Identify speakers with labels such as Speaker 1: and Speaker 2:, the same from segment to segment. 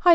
Speaker 1: Hi,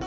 Speaker 2: The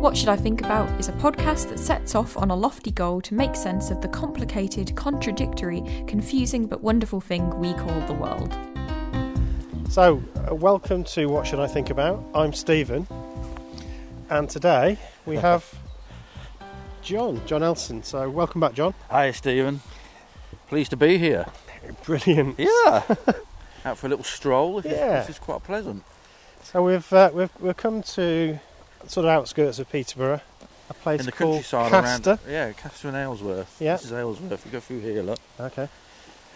Speaker 1: What Should I Think About is a podcast that sets off on a lofty goal to make sense of the complicated, contradictory, confusing, but wonderful thing we call the world.
Speaker 2: So, uh, welcome to What Should I Think About? I'm Stephen, and today we have John, John Elson. So, welcome back, John.
Speaker 3: Hi, Stephen. Pleased to be here.
Speaker 2: Brilliant.
Speaker 3: Yeah. Out for a little stroll. This,
Speaker 2: Yeah.
Speaker 3: is, this is quite pleasant.
Speaker 2: So we've uh, we've we've come to sort of outskirts of Peterborough, a place
Speaker 3: In the
Speaker 2: called
Speaker 3: countryside
Speaker 2: Caster.
Speaker 3: around. Yeah, Castor and Aylesworth.
Speaker 2: Yeah.
Speaker 3: This is Aylesworth. You go through here, look.
Speaker 2: Okay.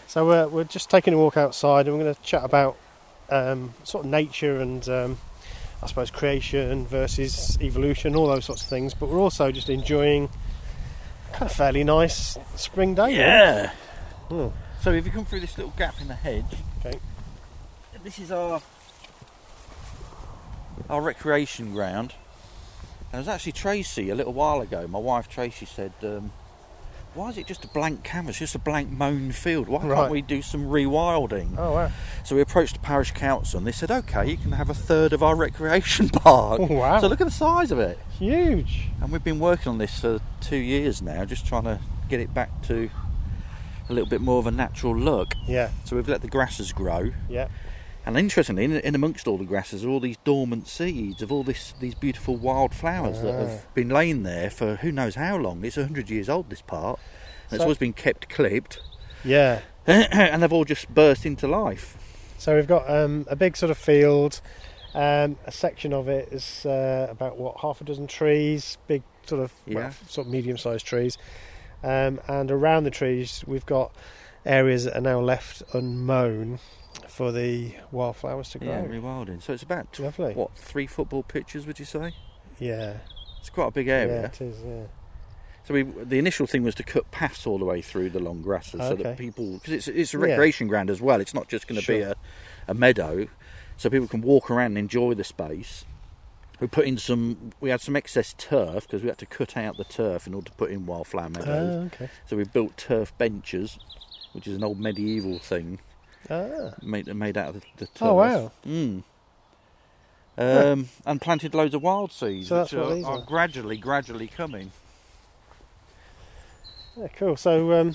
Speaker 2: So we're we're just taking a walk outside, and we're going to chat about um, sort of nature and um, I suppose creation versus evolution, all those sorts of things. But we're also just enjoying kind of fairly nice spring day. really.
Speaker 3: yeah.
Speaker 2: Oh, Hmm.
Speaker 3: So if you come through this little gap in the hedge,
Speaker 2: Okay.
Speaker 3: this is our our recreation ground. And it was actually Tracy a little while ago. My wife Tracy said, um, "Why is it just a blank canvas, just a blank mown field? Why
Speaker 2: Right.
Speaker 3: can't we do some rewilding?"
Speaker 2: Oh wow!
Speaker 3: So we approached the parish council and they said, okay, you can have a third of our recreation park.
Speaker 2: Oh, wow.
Speaker 3: So look at the size of it.
Speaker 2: Huge.
Speaker 3: And we've been working on this for two years now, just trying to get it back to a little bit more of a natural look.
Speaker 2: Yeah.
Speaker 3: So we've let the grasses grow.
Speaker 2: Yeah.
Speaker 3: And interestingly, in, in amongst all the grasses are all these dormant seeds of all this, these beautiful wildflowers that
Speaker 2: Ah.
Speaker 3: have been laying there for who knows how long. It's 100 years old, this part. And it's
Speaker 2: So-
Speaker 3: always been kept clipped.
Speaker 2: Yeah.
Speaker 3: and they've all just burst into life.
Speaker 2: So we've got um, a big sort of field. Um, a section of it is uh, about what half a dozen trees, big sort of well,
Speaker 3: Yeah.
Speaker 2: sort of medium-sized trees, um, and around the trees we've got areas that are now left unmown for the wildflowers to grow.
Speaker 3: Yeah, rewilding. So it's about tw-
Speaker 2: Lovely.
Speaker 3: what three football pitches would you say?
Speaker 2: Yeah,
Speaker 3: It's quite a big
Speaker 2: yeah,
Speaker 3: area.
Speaker 2: it is. Yeah,
Speaker 3: So we, the initial thing was to cut paths all the way through the long grasses, so
Speaker 2: Okay.
Speaker 3: that people because it's it's a
Speaker 2: Yeah.
Speaker 3: recreation ground as well. It's not just going to be
Speaker 2: Sure.
Speaker 3: a, a meadow, so people can walk around and enjoy the space. We put in some. We had some excess turf because we had to cut out the turf in order to put in wildflower meadows.
Speaker 2: Ah, okay.
Speaker 3: So we built turf benches, which is an old medieval thing
Speaker 2: Ah.
Speaker 3: made made out of the, the turf.
Speaker 2: Oh wow!
Speaker 3: Mm. Um, and planted loads of wild seeds,
Speaker 2: So that's
Speaker 3: which
Speaker 2: what
Speaker 3: are,
Speaker 2: these
Speaker 3: are
Speaker 2: are.
Speaker 3: gradually, gradually coming.
Speaker 2: Yeah, cool. So um,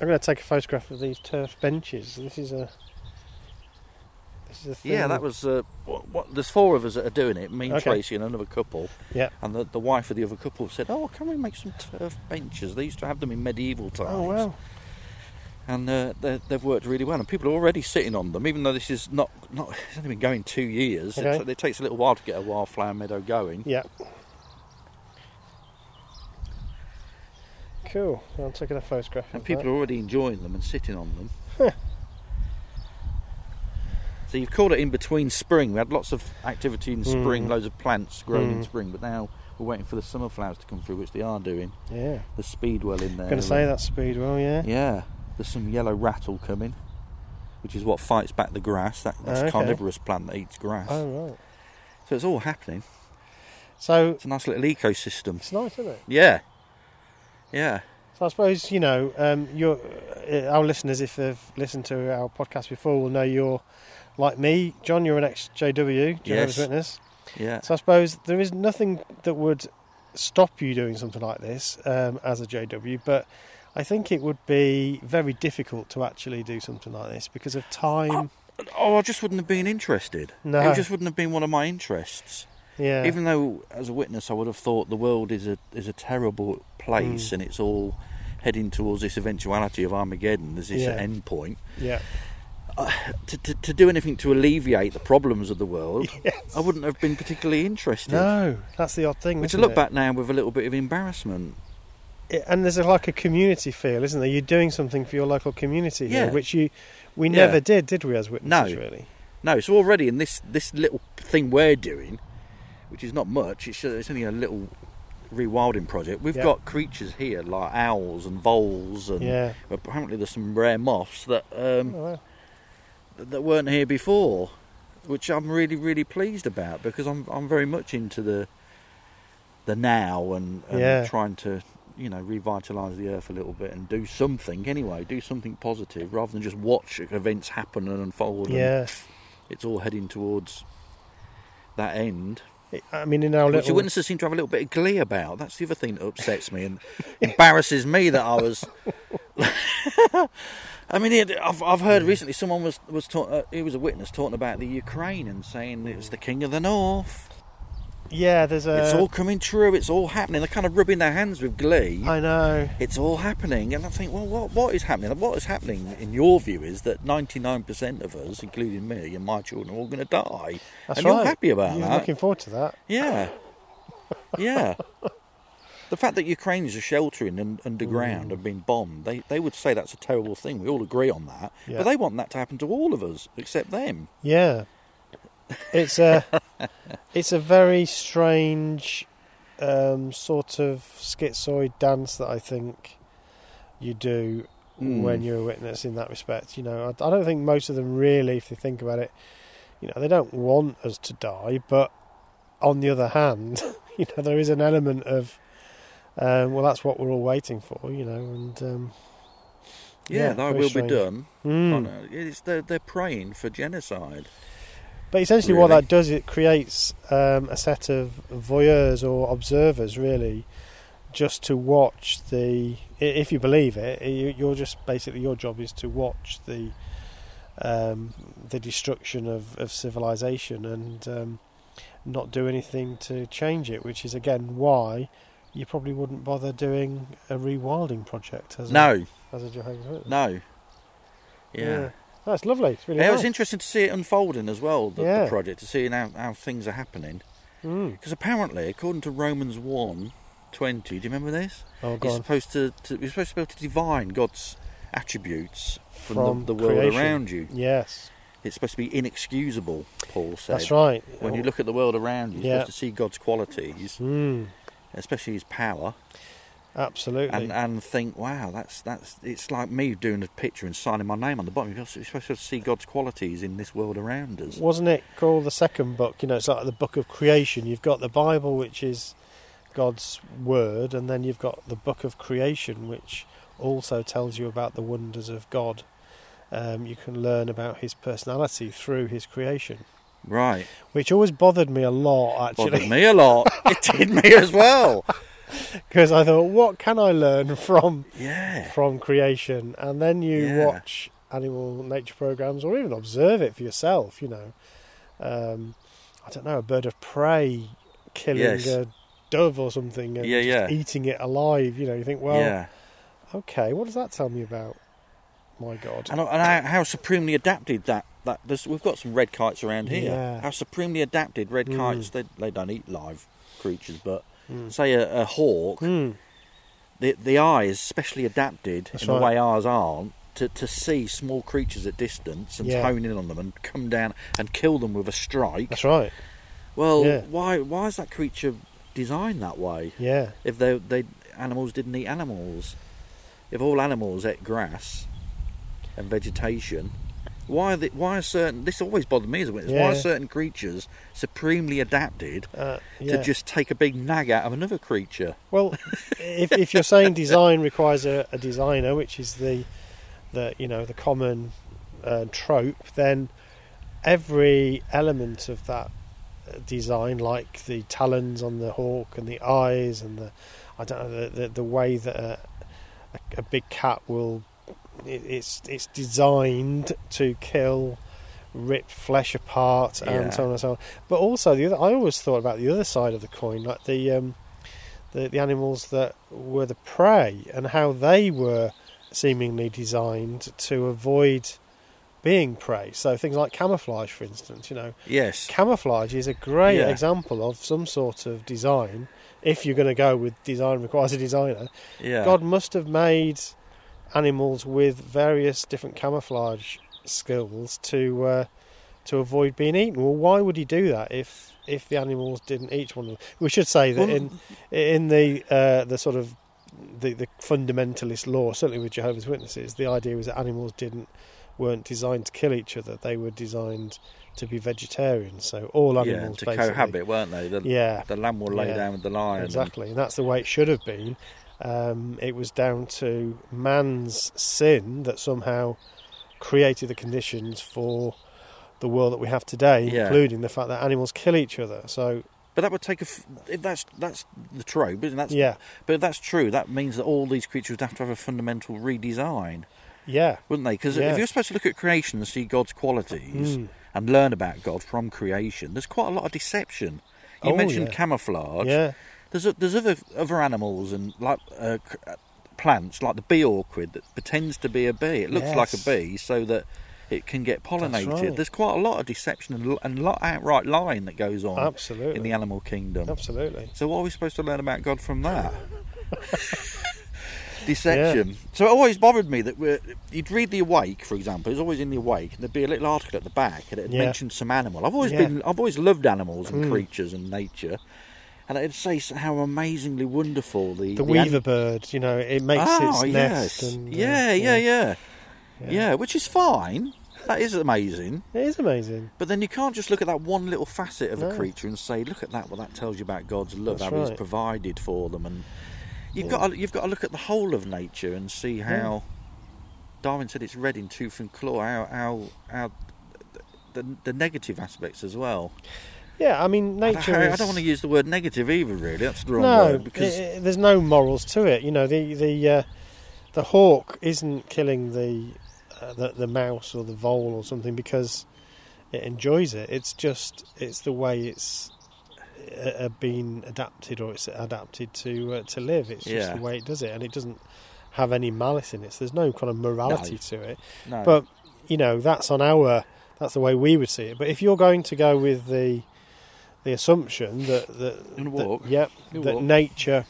Speaker 2: I'm going to take a photograph of these turf benches. This is a this is a thing.
Speaker 3: Yeah, that was. Uh, what, what, there's four of us that are doing it. Me, and
Speaker 2: Okay.
Speaker 3: Tracy, and another couple.
Speaker 2: Yeah.
Speaker 3: And the, the wife of the other couple said, "Oh, can we make some turf benches? They used to have them in medieval times."
Speaker 2: Oh wow!
Speaker 3: And uh, they- they've worked really well, and people are already sitting on them. Even though this is not not it's only been going two years,
Speaker 2: Okay.
Speaker 3: it, it takes a little while to get a wildflower meadow going.
Speaker 2: Yeah. Cool. So I'm taking a photograph.
Speaker 3: And
Speaker 2: of
Speaker 3: people
Speaker 2: that.
Speaker 3: are already enjoying them and sitting on them. so you've called it in between spring. We had lots of activity in spring,
Speaker 2: Mm.
Speaker 3: loads of plants growing in
Speaker 2: Mm.
Speaker 3: spring, but now we're waiting for the summer flowers to come through, which they are doing.
Speaker 2: Yeah.
Speaker 3: There's speedwell in there.
Speaker 2: Going to say that eh? speed well, yeah.
Speaker 3: Yeah. There's some yellow rattle coming, which is what fights back the grass. That, that's
Speaker 2: Oh, okay.
Speaker 3: carnivorous plant that eats grass.
Speaker 2: Oh right.
Speaker 3: So it's all happening.
Speaker 2: So
Speaker 3: It's a nice little ecosystem.
Speaker 2: it's nice, isn't it?
Speaker 3: Yeah. Yeah.
Speaker 2: So I suppose you know um, your uh, our listeners, if they've listened to our podcast before, will know you're like me, John. You're an ex JW, Jehovah's
Speaker 3: Yes.
Speaker 2: Witness.
Speaker 3: Yeah.
Speaker 2: So I suppose there is nothing that would stop you doing something like this um, as a JW, but I think it would be very difficult to actually do something like this because of time.
Speaker 3: Oh, I just wouldn't have been interested.
Speaker 2: No.
Speaker 3: It just wouldn't have been one of my interests.
Speaker 2: yeah.
Speaker 3: Even though, as a witness, I would have thought the world is a is a terrible place
Speaker 2: Mm.
Speaker 3: and it's all heading towards this eventuality of Armageddon. There's this
Speaker 2: Yeah.
Speaker 3: end point.
Speaker 2: yeah.
Speaker 3: To, to, to do anything to alleviate the problems of the world,
Speaker 2: Yes.
Speaker 3: I wouldn't have been particularly interested.
Speaker 2: No, that's the odd thing.
Speaker 3: Which I
Speaker 2: isn't
Speaker 3: look
Speaker 2: it?
Speaker 3: back now with a little bit of embarrassment.
Speaker 2: it- and there's a, like a community feel, isn't there? You're doing something for your local community here,
Speaker 3: Yeah.
Speaker 2: which you we
Speaker 3: Yeah.
Speaker 2: never did, did we, as witnesses?
Speaker 3: No.
Speaker 2: Really,
Speaker 3: No, so already in this this little thing we're doing, which is not much, it's, uh, it's only a little rewilding project. We've
Speaker 2: Yeah.
Speaker 3: got creatures here like owls and voles, and
Speaker 2: Yeah.
Speaker 3: apparently there's some rare moths that um,
Speaker 2: Oh, wow.
Speaker 3: that weren't here before, which I'm really really pleased about because I'm I'm very much into the the now and, and
Speaker 2: Yeah.
Speaker 3: trying to you know revitalise the earth a little bit and do something anyway, do something positive rather than just watch events happen and unfold. and
Speaker 2: yeah.
Speaker 3: it's all heading towards that end,
Speaker 2: It- I mean, in our
Speaker 3: which the
Speaker 2: little
Speaker 3: witnesses seem to have a little bit of glee about. That's the other thing that upsets me and embarrasses me that I was. I mean, it, I've, I've heard recently someone was was talk, uh, he was a witness talking about the Ukraine and saying it's the king of the north.
Speaker 2: yeah, there's a.
Speaker 3: it's all coming true. It's all happening. They're kind of rubbing their hands with glee.
Speaker 2: I know.
Speaker 3: it's all happening, and I think, well, what what is happening? What is happening in your view is that ninety nine percent of us, including me and my children, are all going to die,
Speaker 2: That's
Speaker 3: and
Speaker 2: right.
Speaker 3: you're happy about
Speaker 2: You're
Speaker 3: that.
Speaker 2: Looking forward to that.
Speaker 3: Yeah. Yeah. the fact that Ukrainians are sheltering and underground
Speaker 2: Mm.
Speaker 3: and being bombed, they, they would say that's a terrible thing. We all agree on that.
Speaker 2: Yeah.
Speaker 3: But they want that to happen to all of us, except them.
Speaker 2: Yeah, it's a it's a very strange um, sort of schizoid dance that I think you do
Speaker 3: Mm.
Speaker 2: when you're a witness in that respect. You know, I, I don't think most of them really, if they think about it, you know, they don't want us to die, but on the other hand, you know, there is an element of um, well, that's what we're all waiting for, you know, and um,
Speaker 3: Yeah, that
Speaker 2: very
Speaker 3: will
Speaker 2: strange.
Speaker 3: be done.
Speaker 2: Mm.
Speaker 3: Oh, no, It's, they're, they're praying for genocide.
Speaker 2: But essentially, what
Speaker 3: Really.
Speaker 2: that does, it creates um, a set of voyeurs or observers, really, just to watch the. i- If you believe it, you- you're just basically your job is to watch the um, the destruction of, of civilization and um, not do anything to change it, which is again why you probably wouldn't bother doing a rewilding project as a,
Speaker 3: No,
Speaker 2: as a Jehovah's Witness.
Speaker 3: no. Yeah.
Speaker 2: that's lovely. It's really
Speaker 3: Yeah, it
Speaker 2: nice.
Speaker 3: was interesting to see it unfolding as well, the,
Speaker 2: Yeah.
Speaker 3: the project, to see how, how things are happening.
Speaker 2: Mm.
Speaker 3: Because apparently, according to Romans 1 20, do you remember this?
Speaker 2: Oh, go
Speaker 3: You're
Speaker 2: on.
Speaker 3: supposed to, to you're supposed to be able to divine God's attributes from,
Speaker 2: From
Speaker 3: the, the world
Speaker 2: creation.
Speaker 3: around you.
Speaker 2: Yes,
Speaker 3: It's supposed to be inexcusable. Paul said.
Speaker 2: that's right. Oh.
Speaker 3: When you look at the world around you, you're
Speaker 2: Yeah.
Speaker 3: supposed to see God's qualities,
Speaker 2: Mm,
Speaker 3: especially His power,
Speaker 2: absolutely.
Speaker 3: and, uh, and think, "Wow, that's that's." It's like me doing a picture and signing my name on the bottom. You're supposed to- you're supposed to see God's qualities in this world around us.
Speaker 2: Wasn't it called the second book? You know, it's like the book of creation. You've got the Bible, which is God's word, and then you've got the book of creation, which also tells you about the wonders of God. Um, you can learn about his personality through his creation,
Speaker 3: Right,
Speaker 2: which always bothered me a lot,
Speaker 3: bothered
Speaker 2: actually,
Speaker 3: me a lot. it did me as well.
Speaker 2: because I thought, what can I learn from
Speaker 3: Yeah,
Speaker 2: from creation? And then you
Speaker 3: Yeah.
Speaker 2: watch animal nature programs, or even observe it for yourself. You know, um, I don't know, a bird of prey killing
Speaker 3: Yes.
Speaker 2: a dove or something and
Speaker 3: Yeah,
Speaker 2: just
Speaker 3: yeah.
Speaker 2: eating it alive. You know, you think, well,
Speaker 3: yeah.
Speaker 2: okay, what does that tell me about my God?
Speaker 3: And, and how, how supremely adapted that that this, we've got some red kites around here.
Speaker 2: Yeah.
Speaker 3: How supremely adapted red
Speaker 2: Mm.
Speaker 3: kites. They they don't eat live creatures, but
Speaker 2: Mm.
Speaker 3: say a, a hawk,
Speaker 2: Mm.
Speaker 3: the the eye is specially adapted
Speaker 2: That's
Speaker 3: in
Speaker 2: right.
Speaker 3: the way ours aren't. To, to see small creatures at distance and
Speaker 2: Yeah.
Speaker 3: hone in on them and come down and kill them with a strike.
Speaker 2: That's right.
Speaker 3: Well,
Speaker 2: Yeah.
Speaker 3: why why is that creature designed that way?
Speaker 2: Yeah,
Speaker 3: If they they animals didn't eat animals, if all animals ate grass and vegetation, why are the, why are certain this always bothered me as a witness. Why
Speaker 2: Yeah.
Speaker 3: are certain creatures supremely adapted
Speaker 2: uh, yeah.
Speaker 3: to just take a big nag out of another creature?
Speaker 2: Well, if, if you're saying design requires a, a designer, which is the the you know the common uh, trope, then every element of that uh, design, like the talons on the hawk and the eyes and the I don't know the the, the way that a, a, a big cat will it, it's it's designed to kill. Rip flesh apart and
Speaker 3: Yeah.
Speaker 2: so on and so on. But also the other, I always thought about the other side of the coin, like the um, the, the animals that were the prey and how they were seemingly designed to avoid being prey. So things like camouflage, for instance, you know,
Speaker 3: Yes.
Speaker 2: camouflage is a great
Speaker 3: Yeah.
Speaker 2: example of some sort of design. If you're going to go with design requires a designer,
Speaker 3: Yeah.
Speaker 2: God must have made animals with various different camouflage skills to uh, to avoid being eaten. Well, why would he do that if if the animals didn't eat one of them? We should say that
Speaker 3: Well,
Speaker 2: in in the uh, the sort of the, the fundamentalist law, certainly with Jehovah's Witnesses, the idea was that animals didn't weren't designed to kill each other; they were designed to be vegetarian. So all
Speaker 3: yeah,
Speaker 2: animals
Speaker 3: to
Speaker 2: basically,
Speaker 3: cohabit, weren't they? The,
Speaker 2: yeah,
Speaker 3: the lamb will lay
Speaker 2: Yeah.
Speaker 3: down with the lion. and-
Speaker 2: Exactly, and that's the way it should have been. Um, it was down to man's sin that somehow created the conditions for the world that we have today,
Speaker 3: Yeah.
Speaker 2: including the fact that animals kill each other. So,
Speaker 3: But that would take a. F- if that's that's the trope, isn't that?
Speaker 2: yeah,
Speaker 3: But if that's true, that means that all these creatures would have to have a fundamental redesign,
Speaker 2: yeah,
Speaker 3: wouldn't they? Because
Speaker 2: Yeah.
Speaker 3: if you're supposed to look at creation and see God's qualities
Speaker 2: Mm.
Speaker 3: and learn about God from creation, there's quite a lot of deception. You
Speaker 2: Oh,
Speaker 3: mentioned
Speaker 2: yeah.
Speaker 3: camouflage.
Speaker 2: yeah,
Speaker 3: There's o there's other other animals and like uh, c- uh, plants like the bee orchid that pretends to be a bee. It looks like a
Speaker 2: Yes.
Speaker 3: bee so that it can get pollinated.
Speaker 2: right.
Speaker 3: There's quite a lot of deception and, l- and a lot outright lying that goes on in
Speaker 2: absolutely,
Speaker 3: the animal kingdom.
Speaker 2: absolutely.
Speaker 3: So what are we supposed to learn about God from that? Deception. So it always bothered me that we're, you'd read the Awake, for example. It's always in the Awake, and there'd be a little article at the back, and it
Speaker 2: Yeah.
Speaker 3: mentioned some animal. I've always
Speaker 2: Yeah.
Speaker 3: been, I've always loved animals and
Speaker 2: Mm.
Speaker 3: creatures and nature, and it'd say s- how amazingly wonderful
Speaker 2: The
Speaker 3: the the an-
Speaker 2: weaver bird, you know, it makes
Speaker 3: Ah,
Speaker 2: its
Speaker 3: yes.
Speaker 2: nest. And, uh,
Speaker 3: yeah, yeah, yeah, yeah,
Speaker 2: yeah.
Speaker 3: Which is fine. That is amazing.
Speaker 2: It is amazing.
Speaker 3: But then you can't just look at that one little facet of a
Speaker 2: No.
Speaker 3: creature and say, "Look at that! What that tells you about God's love,
Speaker 2: That's
Speaker 3: how He's
Speaker 2: right.
Speaker 3: provided for them." And you've
Speaker 2: Yeah.
Speaker 3: got to, you've got to look at the whole of nature and see how Darwin said it's red in tooth and claw. How how how the, the negative aspects as well.
Speaker 2: Yeah, I mean,
Speaker 3: I-
Speaker 2: nature.
Speaker 3: I,
Speaker 2: is...
Speaker 3: don't want to use the word negative either. Really, that's the wrong
Speaker 2: no,
Speaker 3: word because
Speaker 2: i- i- there's no morals to it. You know, the the uh, the hawk isn't killing the, uh, the the mouse or the vole or something because it enjoys it. It's just it's the way it's uh, uh, been adapted or it's adapted to uh, to live. It's just
Speaker 3: Yeah.
Speaker 2: the way it does it, and it doesn't have any malice in it. So there's no kind of morality
Speaker 3: No.
Speaker 2: to it.
Speaker 3: no,
Speaker 2: But you know, that's on our that's the way we would see it. But if you're going to go with the the assumption that that,
Speaker 3: Gonna
Speaker 2: that-
Speaker 3: walk.
Speaker 2: yep,
Speaker 3: Gonna
Speaker 2: that
Speaker 3: walk.
Speaker 2: nature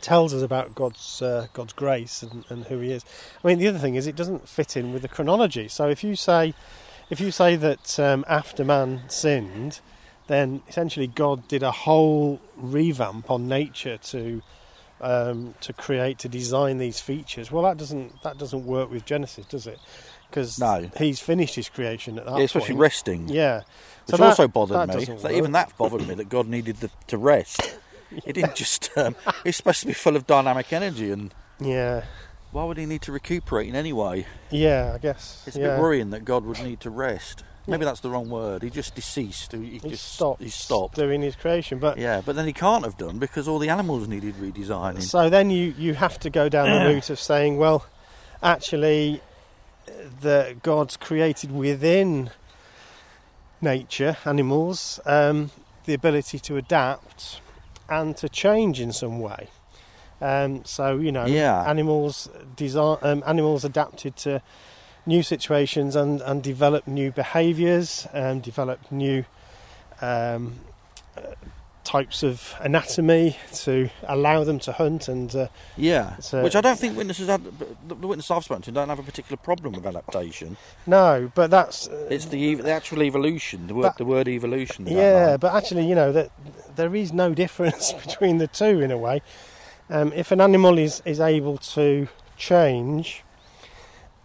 Speaker 2: tells us about God's uh, God's grace and, and who He is. I mean, the other thing is it doesn't fit in with the chronology. So if you say if you say that um, after man sinned, then essentially God did a whole revamp on nature to um, to create to design these features. Well, that doesn't that doesn't work with Genesis, does it? Because
Speaker 3: No.
Speaker 2: he's finished his creation at that
Speaker 3: yeah, especially
Speaker 2: point.
Speaker 3: resting.
Speaker 2: yeah,
Speaker 3: Which
Speaker 2: that-
Speaker 3: also
Speaker 2: that
Speaker 3: bothered me.
Speaker 2: doesn't
Speaker 3: That-
Speaker 2: work.
Speaker 3: even that bothered me that God needed the, to rest. It didn't just. Um, it's supposed to be full of dynamic energy, and
Speaker 2: Yeah,
Speaker 3: why would he need to recuperate in any way?
Speaker 2: yeah, I guess.
Speaker 3: It's a
Speaker 2: yeah.
Speaker 3: bit worrying that God would need to rest. Maybe that's the wrong word. He just deceased. He, he
Speaker 2: He
Speaker 3: just
Speaker 2: stopped. uh,
Speaker 3: He stopped.
Speaker 2: doing his creation, but
Speaker 3: Yeah, but then he can't have done because all the animals needed redesigning.
Speaker 2: So then you, you have to go down the route of saying, well, actually, the God's created within nature, animals, um, the ability to adapt and to change in some way. Um, so you know,
Speaker 3: Yeah.
Speaker 2: animals design, um, animals adapted to new situations and and develop new behaviours, um, develop new um, uh, types of anatomy to allow them to hunt and uh,
Speaker 3: yeah,
Speaker 2: So-
Speaker 3: which I don't think witnesses had. The the witnesses I've spoken to don't have a particular problem with adaptation.
Speaker 2: no, but that's uh,
Speaker 3: It's the ev- the actual evolution. The word
Speaker 2: But-
Speaker 3: the word evolution. that
Speaker 2: Yeah,
Speaker 3: line.
Speaker 2: but actually, you know that there is no difference between the two in a way. Um, if an animal is is able to change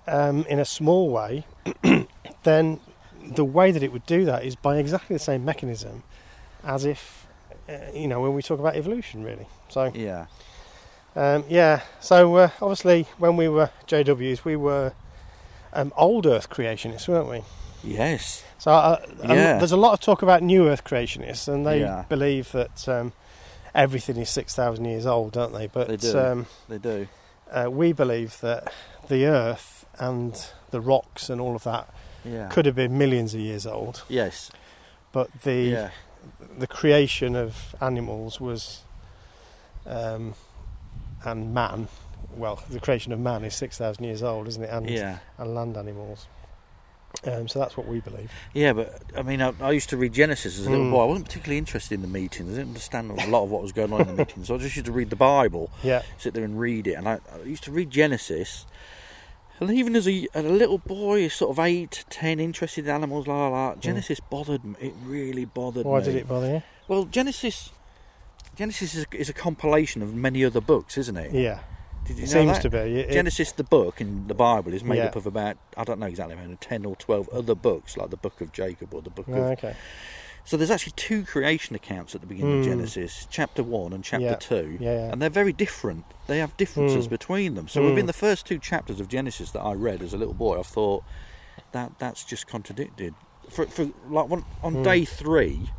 Speaker 2: um, in a small way, then the way that it would do that is by exactly the same mechanism as if uh, you know when we talk about evolution, really. So
Speaker 3: Yeah.
Speaker 2: um, yeah, so uh, obviously when we were JWs, we were um, old Earth creationists, weren't we?
Speaker 3: Yes.
Speaker 2: So uh, um,
Speaker 3: Yeah.
Speaker 2: there's a lot of talk about new Earth creationists, and they
Speaker 3: Yeah.
Speaker 2: believe that um, everything is six thousand years old, don't they? But
Speaker 3: They do.
Speaker 2: Um,
Speaker 3: They do.
Speaker 2: uh, we believe that the Earth and the rocks and all of that
Speaker 3: Yeah.
Speaker 2: could have been millions of years old,
Speaker 3: Yes.
Speaker 2: but the
Speaker 3: Yeah.
Speaker 2: the creation of animals was um, and man. Well, the creation of man is six thousand years old, isn't it? And,
Speaker 3: Yeah.
Speaker 2: and land animals. Um, so that's what we believe.
Speaker 3: Yeah, but I mean, I, I used to read Genesis as a
Speaker 2: Hmm.
Speaker 3: little boy. I wasn't particularly interested in the meetings. I didn't understand a lot of what was going on in the meetings. So I just used to read the Bible,
Speaker 2: Yeah.
Speaker 3: sit there and read it. And I, I used to read Genesis. And even as a, a little boy, sort of eight, ten, interested in animals, la la la, Genesis bothered me. It really bothered
Speaker 2: Hmm. Why
Speaker 3: me.
Speaker 2: did it bother you?
Speaker 3: Well, Genesis, Genesis is, is a compilation of many other books, isn't it?
Speaker 2: Yeah,
Speaker 3: Did you
Speaker 2: it
Speaker 3: know
Speaker 2: seems
Speaker 3: that?
Speaker 2: to be. It- it-
Speaker 3: Genesis, the book in the Bible, is made
Speaker 2: Yeah.
Speaker 3: up of about I don't know exactly how many, ten or twelve other books, like the Book of Jacob or the Book
Speaker 2: Oh,
Speaker 3: of.
Speaker 2: okay.
Speaker 3: So there's actually two creation accounts at the beginning of
Speaker 2: Hmm.
Speaker 3: Genesis, chapter one and chapter
Speaker 2: Yeah.
Speaker 3: two,
Speaker 2: Yeah, yeah.
Speaker 3: and they're very different. They have differences
Speaker 2: Hmm.
Speaker 3: between them. So
Speaker 2: Hmm.
Speaker 3: within the first two chapters of Genesis that I read as a little boy, I thought that that's just contradicted. For, for like one, on
Speaker 2: Hmm.
Speaker 3: day three,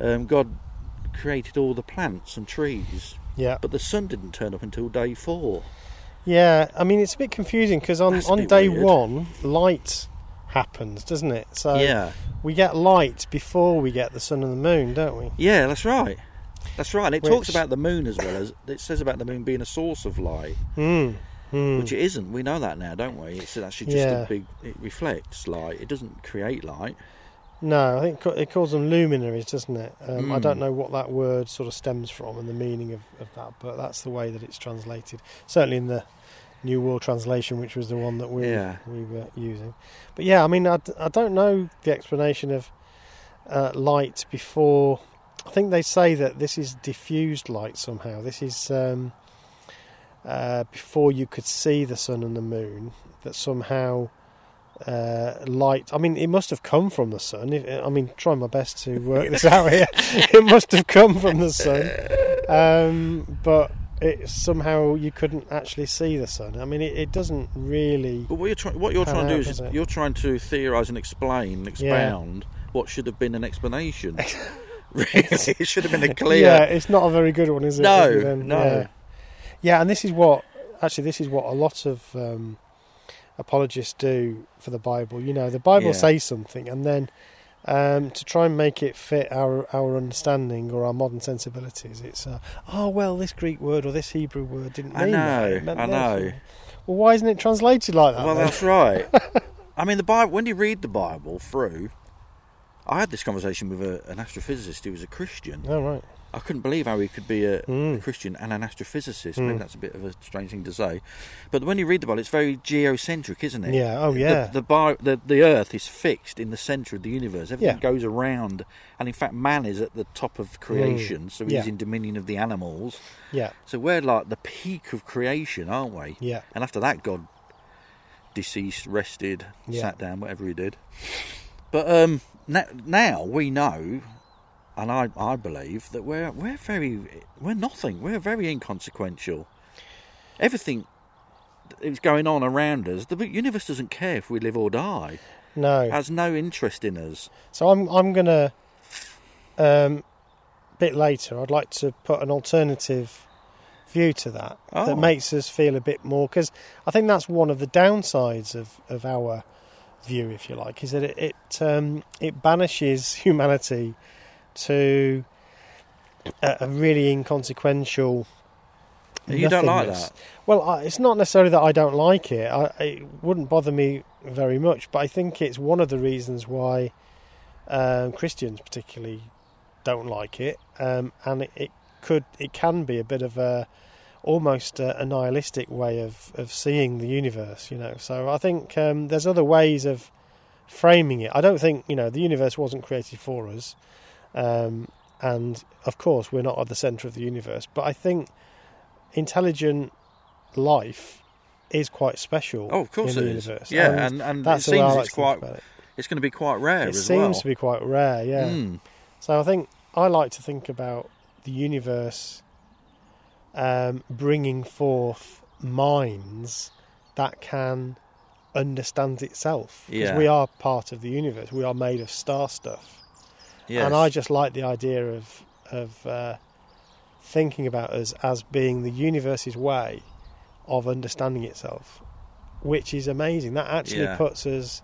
Speaker 3: um, God created all the plants and trees,
Speaker 2: Yeah,
Speaker 3: but the sun didn't turn up until day four.
Speaker 2: yeah. I mean, it's a bit confusing because on
Speaker 3: That's a
Speaker 2: on
Speaker 3: bit
Speaker 2: day
Speaker 3: weird.
Speaker 2: one, light happens, doesn't it? So
Speaker 3: yeah.
Speaker 2: we get light before we get the sun and the moon, don't we?
Speaker 3: Yeah, that's right. That's right. And it
Speaker 2: Which-
Speaker 3: talks about the moon as well as it says about the moon being a source of light,
Speaker 2: Mm. Mm.
Speaker 3: Hmm. which it isn't. We know that now, don't we? It's actually just
Speaker 2: Yeah.
Speaker 3: a big. It reflects light. It doesn't create light.
Speaker 2: No, I think ca- it calls them luminaries, doesn't it? Um, I
Speaker 3: Mm.
Speaker 2: don't know what that word sort of stems from and the meaning of, of that, but that's the way that it's translated. Certainly in the New World Translation, which was the one that we
Speaker 3: Yeah.
Speaker 2: we were using. But yeah, I mean, I, d- I don't know the explanation of uh, light before. I think they say that this is diffused light somehow. This is um, uh, before you could see the sun and the moon. That somehow uh, light. I mean, it must have come from the sun. If, I mean, trying my best to work this out here. It must have come from the sun, um, but it somehow you couldn't actually see the sun. I mean, it, it doesn't really.
Speaker 3: But what you're trying, what you're
Speaker 2: How
Speaker 3: trying to
Speaker 2: that
Speaker 3: do is
Speaker 2: does it.
Speaker 3: you're trying to theorise and explain, and expound what should have been an explanation. really, it should have been a clear.
Speaker 2: Yeah, it's not a very good one, is it?
Speaker 3: No,
Speaker 2: Other than-
Speaker 3: no.
Speaker 2: Yeah. Yeah, and this is what actually this is what a lot of um, apologists do for the Bible. You know, the Bible
Speaker 3: Yeah.
Speaker 2: says something, and then um, to try and make it fit our our understanding or our modern sensibilities, it's uh, oh well, this Greek word or this Hebrew word didn't mean
Speaker 3: I
Speaker 2: that.
Speaker 3: know,
Speaker 2: It meant
Speaker 3: I
Speaker 2: this.
Speaker 3: know.
Speaker 2: Well, why isn't it translated like that?
Speaker 3: Well,
Speaker 2: then?
Speaker 3: that's right. I mean, the Bible. When you read the Bible through, I had this conversation with a, an astrophysicist who was a Christian.
Speaker 2: Oh right.
Speaker 3: I couldn't believe how he could be a,
Speaker 2: Mm.
Speaker 3: a Christian and an astrophysicist.
Speaker 2: Mm.
Speaker 3: Maybe that's a bit of a strange thing to say, but when you read the Bible, it's very geocentric, isn't it?
Speaker 2: Yeah. Oh yeah.
Speaker 3: The the, bi- the the Earth is fixed in the centre of the universe. Everything
Speaker 2: Yeah. Mm.
Speaker 3: goes around, and in fact, man is at the top of creation, so he's
Speaker 2: Yeah.
Speaker 3: in dominion of the animals.
Speaker 2: yeah.
Speaker 3: So we're like the peak of creation, aren't we?
Speaker 2: Yeah.
Speaker 3: And after that, God deceased, rested,
Speaker 2: Yeah.
Speaker 3: sat down, whatever he did. But um, now, now we know, and I, I believe that we're we're very we're nothing. We're very inconsequential. Everything that's going on around us, the universe doesn't care if we live or die.
Speaker 2: No.
Speaker 3: Has no interest in us.
Speaker 2: So I'm I'm gonna um bit later I'd like to put an alternative view to that
Speaker 3: Oh.
Speaker 2: that makes us feel a bit more because I think that's one of the downsides of, of our view if you like is that it it, um, it banishes humanity to a, a really inconsequential
Speaker 3: You don't like
Speaker 2: nothingness.
Speaker 3: that.
Speaker 2: Well, I, it's not necessarily that I don't like it. I, it wouldn't bother me very much, but I think it's one of the reasons why um, Christians particularly don't like it, um, and it, it could, it can be a bit of a almost a, a nihilistic way of of seeing the universe. You know, so I think um, there's other ways of framing it. I don't think you know the universe wasn't created for us, um, and of course we're not at the centre of the universe, but I think intelligent life is quite special.
Speaker 3: Oh, of course
Speaker 2: in
Speaker 3: it
Speaker 2: the
Speaker 3: is.
Speaker 2: universe.
Speaker 3: Yeah, and, and,
Speaker 2: that's
Speaker 3: it
Speaker 2: the way I
Speaker 3: seems
Speaker 2: like
Speaker 3: it's
Speaker 2: to think
Speaker 3: quite
Speaker 2: about it.
Speaker 3: it's going to be quite rare
Speaker 2: It
Speaker 3: as
Speaker 2: seems
Speaker 3: well.
Speaker 2: to be quite rare, yeah.
Speaker 3: Mm.
Speaker 2: So I think I like to think about the universe um, bringing forth minds that can understand itself. Because
Speaker 3: Yeah.
Speaker 2: we are part of the universe. We are made of star stuff.
Speaker 3: Yes.
Speaker 2: And I just like the idea of of uh, thinking about us as being the universe's way of understanding itself, which is amazing. That actually
Speaker 3: Yeah.
Speaker 2: puts us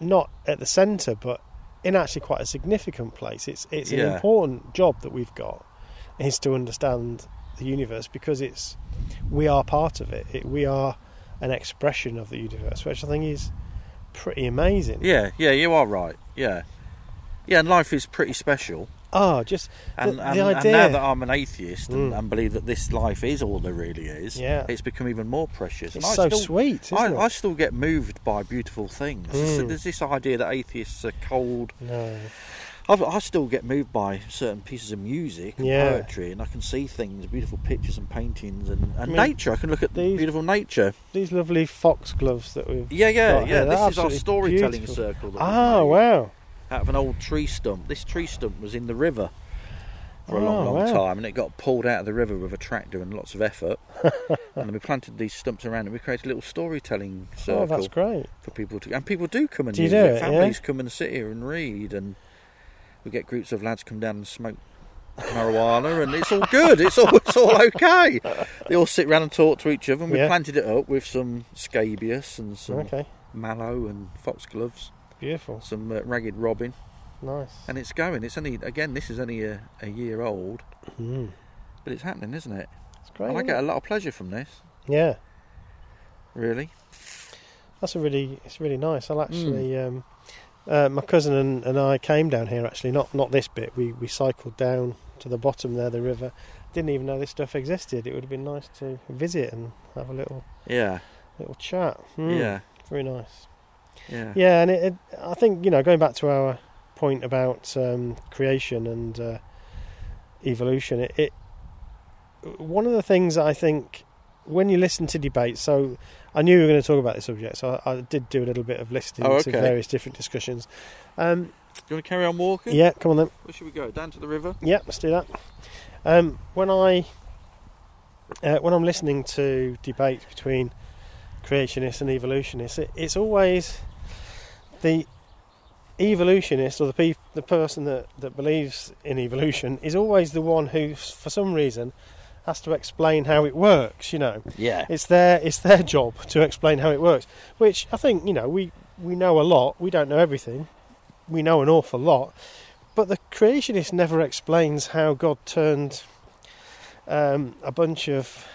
Speaker 2: not at the centre, but in actually quite a significant place. It's it's an
Speaker 3: Yeah.
Speaker 2: important job that we've got is to understand the universe because it's we are part of it. it we are an expression of the universe, which I think is pretty amazing.
Speaker 3: Yeah, yeah, you are right. Yeah, yeah, and life is pretty special.
Speaker 2: Oh, just the,
Speaker 3: And, and,
Speaker 2: the
Speaker 3: and
Speaker 2: idea.
Speaker 3: now that I'm an atheist and,
Speaker 2: Mm.
Speaker 3: and believe that this life is all there really is,
Speaker 2: Yeah.
Speaker 3: it's become even more precious. and
Speaker 2: it's
Speaker 3: I
Speaker 2: so
Speaker 3: still,
Speaker 2: sweet, isn't
Speaker 3: I,
Speaker 2: it?
Speaker 3: I still get moved by beautiful things.
Speaker 2: Mm.
Speaker 3: There's this idea that atheists are cold.
Speaker 2: no.
Speaker 3: I've, I still get moved by certain pieces of music, and
Speaker 2: Yeah.
Speaker 3: poetry, and I can see things, beautiful pictures and paintings, and, and
Speaker 2: mean,
Speaker 3: nature. I can look at
Speaker 2: these-
Speaker 3: beautiful nature.
Speaker 2: These lovely foxgloves that we've.
Speaker 3: Yeah, yeah,
Speaker 2: Right, yeah,
Speaker 3: yeah.
Speaker 2: they're
Speaker 3: This is our
Speaker 2: absolutely
Speaker 3: storytelling
Speaker 2: beautiful.
Speaker 3: circle. That
Speaker 2: Ah,
Speaker 3: we made
Speaker 2: wow.
Speaker 3: Out of an old tree stump. This tree stump was in the river for a
Speaker 2: Oh,
Speaker 3: long, long
Speaker 2: wow.
Speaker 3: time, and it got pulled out of the river with a tractor and lots of effort. and we planted these stumps around, and we created a little storytelling circle
Speaker 2: Oh, that's great.
Speaker 3: for people to. And people do come and
Speaker 2: Do you
Speaker 3: use
Speaker 2: do
Speaker 3: it.
Speaker 2: it, yeah?
Speaker 3: Families come and sit here and read, and we get groups of lads come down and smoke marijuana, and it's all good. It's all it's all okay. They all sit round and talk to each other. And we
Speaker 2: Yeah.
Speaker 3: planted it up with some scabious and some
Speaker 2: Okay,
Speaker 3: mallow and foxgloves,
Speaker 2: beautiful.
Speaker 3: some uh, ragged robin,
Speaker 2: Nice.
Speaker 3: and it's going. It's only again. This is only a, a year old,
Speaker 2: Mm.
Speaker 3: but it's happening, isn't it?
Speaker 2: It's great.
Speaker 3: and I
Speaker 2: isn't
Speaker 3: get a
Speaker 2: it?
Speaker 3: lot of pleasure from this.
Speaker 2: Yeah,
Speaker 3: Really.
Speaker 2: that's a really. It's really nice.
Speaker 3: Hmm.
Speaker 2: I'll actually. Um, uh, my cousin and, and I came down here actually. Not not this bit. We we cycled down to the bottom there, the river. Didn't even know this stuff existed. It would have been nice to visit and have a little
Speaker 3: Yeah.
Speaker 2: little chat. Mm,
Speaker 3: Yeah.
Speaker 2: very nice.
Speaker 3: Hmm. Yeah.
Speaker 2: Yeah, and it, it, I think you know going back to our point about um, creation and uh, evolution, it, it one of the things that I think when you listen to debates. So I knew we were going to talk about this subject, so I, I did do a little bit of listening
Speaker 3: Oh,
Speaker 2: to
Speaker 3: okay.
Speaker 2: various different discussions. Um,
Speaker 3: Do you want to carry on walking?
Speaker 2: yeah, come on then.
Speaker 3: Where should we go? Down to the river.
Speaker 2: Yeah, let's do that. Um, when I uh, when I'm listening to debates between creationists and evolutionists, it, it's always the evolutionist or the pe- the person that, that believes in evolution is always the one who, s- for some reason, has to explain how it works. You know,
Speaker 3: Yeah.
Speaker 2: it's their it's their job to explain how it works. Which I think you know we we know a lot. We don't know everything. We know an awful lot, but the creationist never explains how God turned um, a bunch of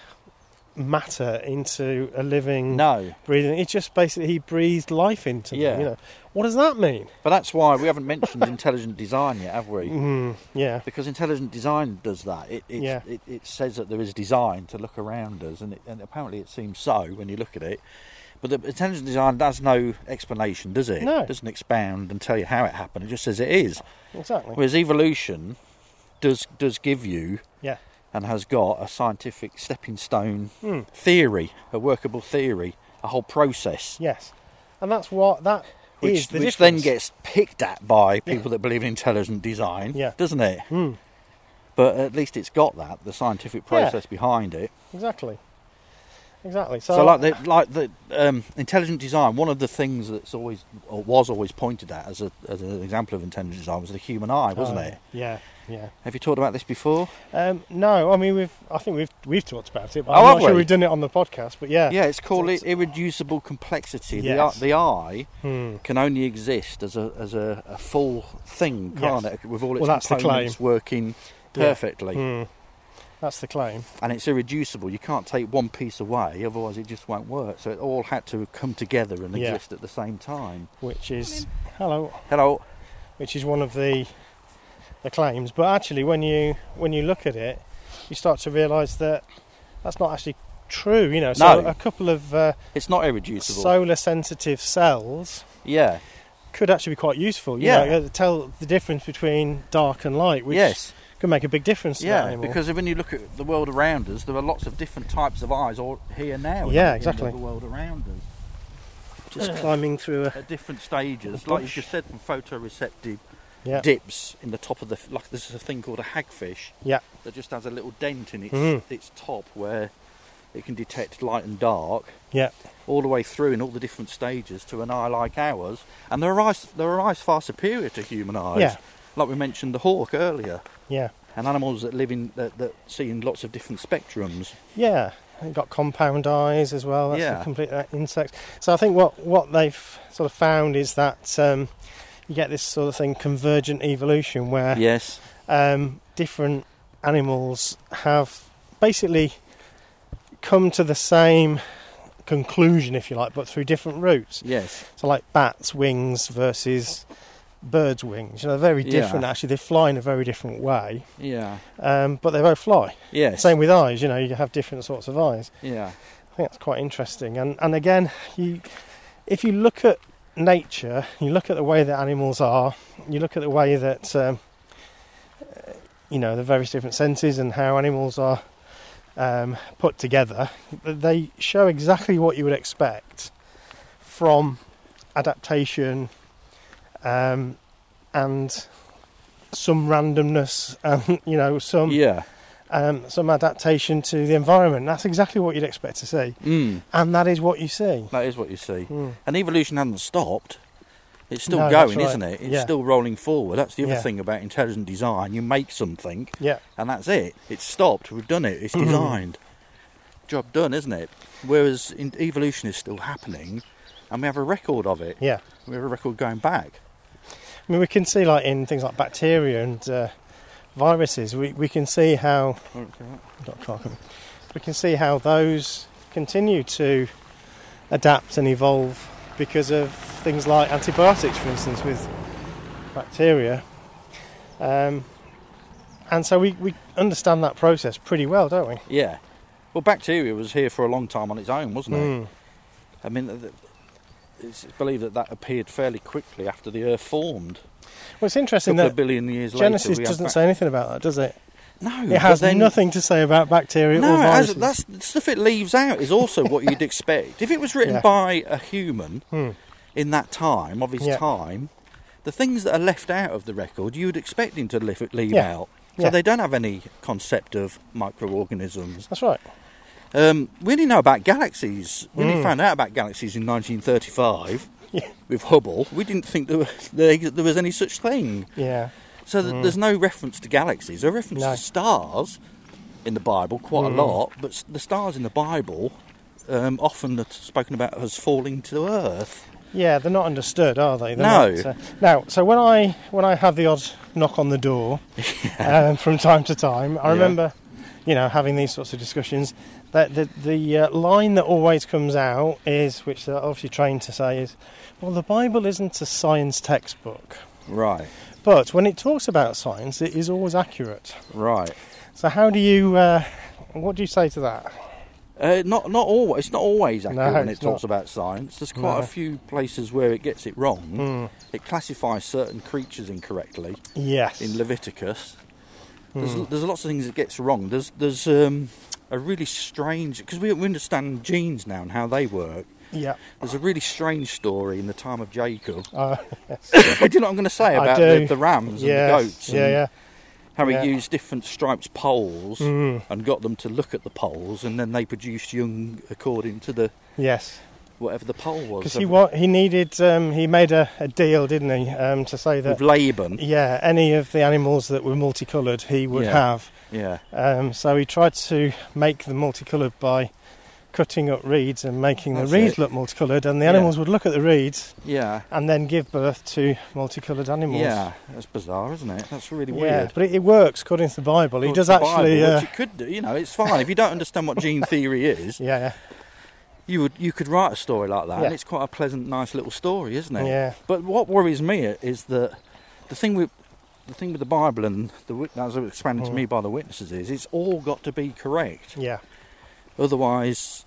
Speaker 2: matter into a living
Speaker 3: Hmm. No.
Speaker 2: breathing. It's just basically he breathed life into them.
Speaker 3: Yeah.
Speaker 2: You know, what does that mean?
Speaker 3: But that's why we haven't mentioned intelligent design yet, have we?
Speaker 2: Mm, yeah.
Speaker 3: Because intelligent design does that. It, it,
Speaker 2: Yeah.
Speaker 3: it, it says that there is design to look around us, and, it, and apparently it seems so when you look at it. But the intelligent design does no explanation, does it?
Speaker 2: No.
Speaker 3: It doesn't expound and tell you how it happened. It just says it is.
Speaker 2: Exactly.
Speaker 3: Whereas evolution does does give you
Speaker 2: yeah.
Speaker 3: and has got a scientific stepping stone
Speaker 2: Mm.
Speaker 3: theory, a workable theory, a whole process.
Speaker 2: Yes. And that's what that is
Speaker 3: which,
Speaker 2: the
Speaker 3: which then
Speaker 2: difference.
Speaker 3: gets picked at by people that believe in intelligent design,
Speaker 2: Yeah.
Speaker 3: doesn't it?
Speaker 2: Mm,
Speaker 3: But at least it's got that the scientific
Speaker 2: Yeah.
Speaker 3: process behind it.
Speaker 2: exactly. Exactly.
Speaker 3: So, like the like the um, intelligent design, one of the things that's always or was always pointed at as a as an example of intelligent design was the human eye, wasn't
Speaker 2: Oh,
Speaker 3: it?
Speaker 2: Yeah, yeah.
Speaker 3: Have you talked about this before?
Speaker 2: Um, no, I mean we've. I think we've we've talked about it, but
Speaker 3: Oh,
Speaker 2: I'm not
Speaker 3: have
Speaker 2: sure
Speaker 3: we?
Speaker 2: we've done it on the podcast. But yeah,
Speaker 3: Yeah, it's called
Speaker 2: It's-
Speaker 3: irreducible complexity.
Speaker 2: Yes.
Speaker 3: The, eye- the eye
Speaker 2: Hmm.
Speaker 3: can only exist as a as a, a full thing, can't
Speaker 2: Yes.
Speaker 3: it? With all its
Speaker 2: Well, that's the
Speaker 3: components working
Speaker 2: Yeah.
Speaker 3: perfectly.
Speaker 2: Hmm. That's the claim.
Speaker 3: and it's irreducible. You can't take one piece away, otherwise it just won't work. So it all had to come together and
Speaker 2: Yeah.
Speaker 3: exist at the same time.
Speaker 2: Which is hello,
Speaker 3: Hello.
Speaker 2: which is one of the the claims. But actually, when you when you look at it, you start to realise that that's not actually true. You know, so
Speaker 3: No.
Speaker 2: a couple of uh,
Speaker 3: It's not irreducible.
Speaker 2: solar sensitive cells
Speaker 3: yeah.
Speaker 2: could actually be quite useful. You
Speaker 3: Yeah.
Speaker 2: know, uh, tell the difference between dark and light, which
Speaker 3: yes.
Speaker 2: could make a big difference. to that
Speaker 3: Yeah.
Speaker 2: animal.
Speaker 3: Because when you look at the world around us, there are lots of different types of eyes all here now.
Speaker 2: Yeah,
Speaker 3: in
Speaker 2: exactly.
Speaker 3: The world around us
Speaker 2: just climbing through a
Speaker 3: at different stages,
Speaker 2: A
Speaker 3: like you
Speaker 2: bush.
Speaker 3: just said, from photoreceptive
Speaker 2: yeah
Speaker 3: dips in the top of the f- like. There's a thing called a hagfish
Speaker 2: yeah
Speaker 3: that just has a little dent in its
Speaker 2: Mhm.
Speaker 3: its top where it can detect light and dark.
Speaker 2: yeah
Speaker 3: all the way through in all the different stages to an eye like ours, and their eyes, their eyes far superior to human eyes.
Speaker 2: Yeah.
Speaker 3: Like we mentioned the hawk earlier,
Speaker 2: yeah.
Speaker 3: and animals that live in that, that see in lots of different spectrums.
Speaker 2: Yeah, you've got compound eyes as well. That's
Speaker 3: Yeah.
Speaker 2: a complete uh, insect. So I think what what they've sort of found is that um, you get this sort of thing convergent evolution where
Speaker 3: Yes.
Speaker 2: um, different animals have basically come to the same conclusion, if you like, but through different routes.
Speaker 3: Yes.
Speaker 2: So, like bats' wings versus birds' wings. You know, they're very
Speaker 3: Yeah.
Speaker 2: different. Actually, they fly in a very different way,
Speaker 3: Yeah.
Speaker 2: um, but they both fly.
Speaker 3: Yes.
Speaker 2: Same with eyes. You know, you have different sorts of eyes.
Speaker 3: Yeah.
Speaker 2: I think that's quite interesting. And and again, you, if you look at nature, you look at the way that animals are, you look at the way that um, uh, you know the various different senses and how animals are um, put together. They show exactly what you would expect from adaptation um, and some randomness and you know some
Speaker 3: Yeah.
Speaker 2: um, some adaptation to the environment. That's exactly what you'd expect to see,
Speaker 3: Mm.
Speaker 2: and that is what you see.
Speaker 3: That is what you see.
Speaker 2: Mm.
Speaker 3: And evolution hasn't stopped. It's still
Speaker 2: No, that's
Speaker 3: going,
Speaker 2: right.
Speaker 3: isn't it? It's
Speaker 2: Yeah.
Speaker 3: still rolling forward. That's the other
Speaker 2: Yeah.
Speaker 3: thing about intelligent design. You make something,
Speaker 2: Yeah,
Speaker 3: and that's it. It's stopped. We've done it. It's
Speaker 2: Mm-hmm.
Speaker 3: designed. Job done, isn't it? Whereas in, evolution is still happening, and we have a record of it.
Speaker 2: yeah.
Speaker 3: We have a record going back.
Speaker 2: I mean, we can see like in things like bacteria and uh, viruses, we, we can see how Dr. Clarkham. we can see how those continue to adapt and evolve because of things like antibiotics, for instance, with bacteria. Um, and so we, we understand that process pretty well, don't we?
Speaker 3: Yeah. Well, bacteria was here for a long time on its own, wasn't it?
Speaker 2: Mm.
Speaker 3: I mean, th- th- it's believed that that appeared fairly quickly after the Earth formed.
Speaker 2: Well, it's
Speaker 3: A
Speaker 2: interesting
Speaker 3: couple
Speaker 2: that
Speaker 3: of billion years
Speaker 2: Genesis
Speaker 3: later. we had
Speaker 2: doesn't
Speaker 3: bac-
Speaker 2: say anything about that, does it?
Speaker 3: No,
Speaker 2: It
Speaker 3: but
Speaker 2: has
Speaker 3: then-
Speaker 2: nothing to say about bacteria
Speaker 3: No,
Speaker 2: or
Speaker 3: it has-
Speaker 2: viruses.
Speaker 3: that's the stuff it leaves out is also what you'd expect. If it was written
Speaker 2: Yeah.
Speaker 3: by a human
Speaker 2: Hmm.
Speaker 3: in that time of his
Speaker 2: Yeah.
Speaker 3: time, the things that are left out of the record you would expect him to leave, leave
Speaker 2: Yeah.
Speaker 3: out. So
Speaker 2: Yeah.
Speaker 3: they don't have any concept of microorganisms.
Speaker 2: That's right.
Speaker 3: Um, we only know about galaxies. We only
Speaker 2: Mm.
Speaker 3: found out about galaxies in 1935
Speaker 2: Yeah.
Speaker 3: with Hubble. We didn't think there, were, there, there was any such thing.
Speaker 2: Yeah.
Speaker 3: So th- there's no reference to galaxies. There's a reference
Speaker 2: Mm. No. Mm.
Speaker 3: to stars in the Bible quite a lot, but s- the stars in the Bible um, often are t- spoken about as falling to earth.
Speaker 2: Yeah, they're not understood, are they? They're
Speaker 3: No.
Speaker 2: not, uh, now, so when I when I have the odd knock on the door um, from time to time, I
Speaker 3: Yeah.
Speaker 2: remember, you know, having these sorts of discussions. That the the uh, line that always comes out is, which they're obviously trained to say, is, well, the Bible isn't a science textbook,
Speaker 3: Right,
Speaker 2: but when it talks about science, it is always accurate.
Speaker 3: right.
Speaker 2: So how do you, uh, what do you say to that?
Speaker 3: Uh, not not always. It's not always accurate when it
Speaker 2: it's
Speaker 3: talks
Speaker 2: not.
Speaker 3: about science. There's quite
Speaker 2: No. Mm.
Speaker 3: a few places where it gets it wrong. It classifies certain creatures incorrectly
Speaker 2: Yes.
Speaker 3: in Leviticus. There's,
Speaker 2: Mm.
Speaker 3: there's lots of things it gets wrong. There's there's um, a really strange because we, we understand genes now and how they work.
Speaker 2: yeah.
Speaker 3: There's a really strange story in the time of Jacob.
Speaker 2: Uh,
Speaker 3: do you know what I'm going to say
Speaker 2: I
Speaker 3: about
Speaker 2: do.
Speaker 3: the, the rams
Speaker 2: yes,
Speaker 3: and the goats?
Speaker 2: Yeah,
Speaker 3: and
Speaker 2: yeah.
Speaker 3: How he
Speaker 2: yeah.
Speaker 3: used different stripes poles
Speaker 2: Mm.
Speaker 3: and got them to look at the poles, and then they produced young according to the
Speaker 2: Yes.
Speaker 3: whatever the pole was.
Speaker 2: Because he
Speaker 3: of-
Speaker 2: what he needed, um, he made a, a deal, didn't he, um, to say that
Speaker 3: with Laban.
Speaker 2: yeah, any of the animals that were multicolored, he would
Speaker 3: Yeah.
Speaker 2: have.
Speaker 3: Yeah,
Speaker 2: Um, so he tried to make them multicolored by cutting up reeds and making
Speaker 3: That's
Speaker 2: the reeds
Speaker 3: it.
Speaker 2: look multicolored, and the
Speaker 3: Yeah.
Speaker 2: animals would look at the reeds
Speaker 3: yeah,
Speaker 2: and then give birth to multicolored animals.
Speaker 3: yeah. That's bizarre, isn't it? That's really
Speaker 2: Yeah,
Speaker 3: weird.
Speaker 2: but it, it works according to the Bible. He
Speaker 3: Well,
Speaker 2: does
Speaker 3: the Bible,
Speaker 2: actually. uh,
Speaker 3: which it could do. You know, it's fine if you don't understand what gene theory is.
Speaker 2: yeah, yeah.
Speaker 3: You would you could write a story like that,
Speaker 2: Yeah.
Speaker 3: and it's quite a pleasant, nice little story, isn't it?
Speaker 2: Yeah.
Speaker 3: But what worries me is that the thing with the thing with the Bible and the wit- as it was explained
Speaker 2: Mm.
Speaker 3: to me by the witnesses is it's all got to be correct.
Speaker 2: Yeah.
Speaker 3: Otherwise,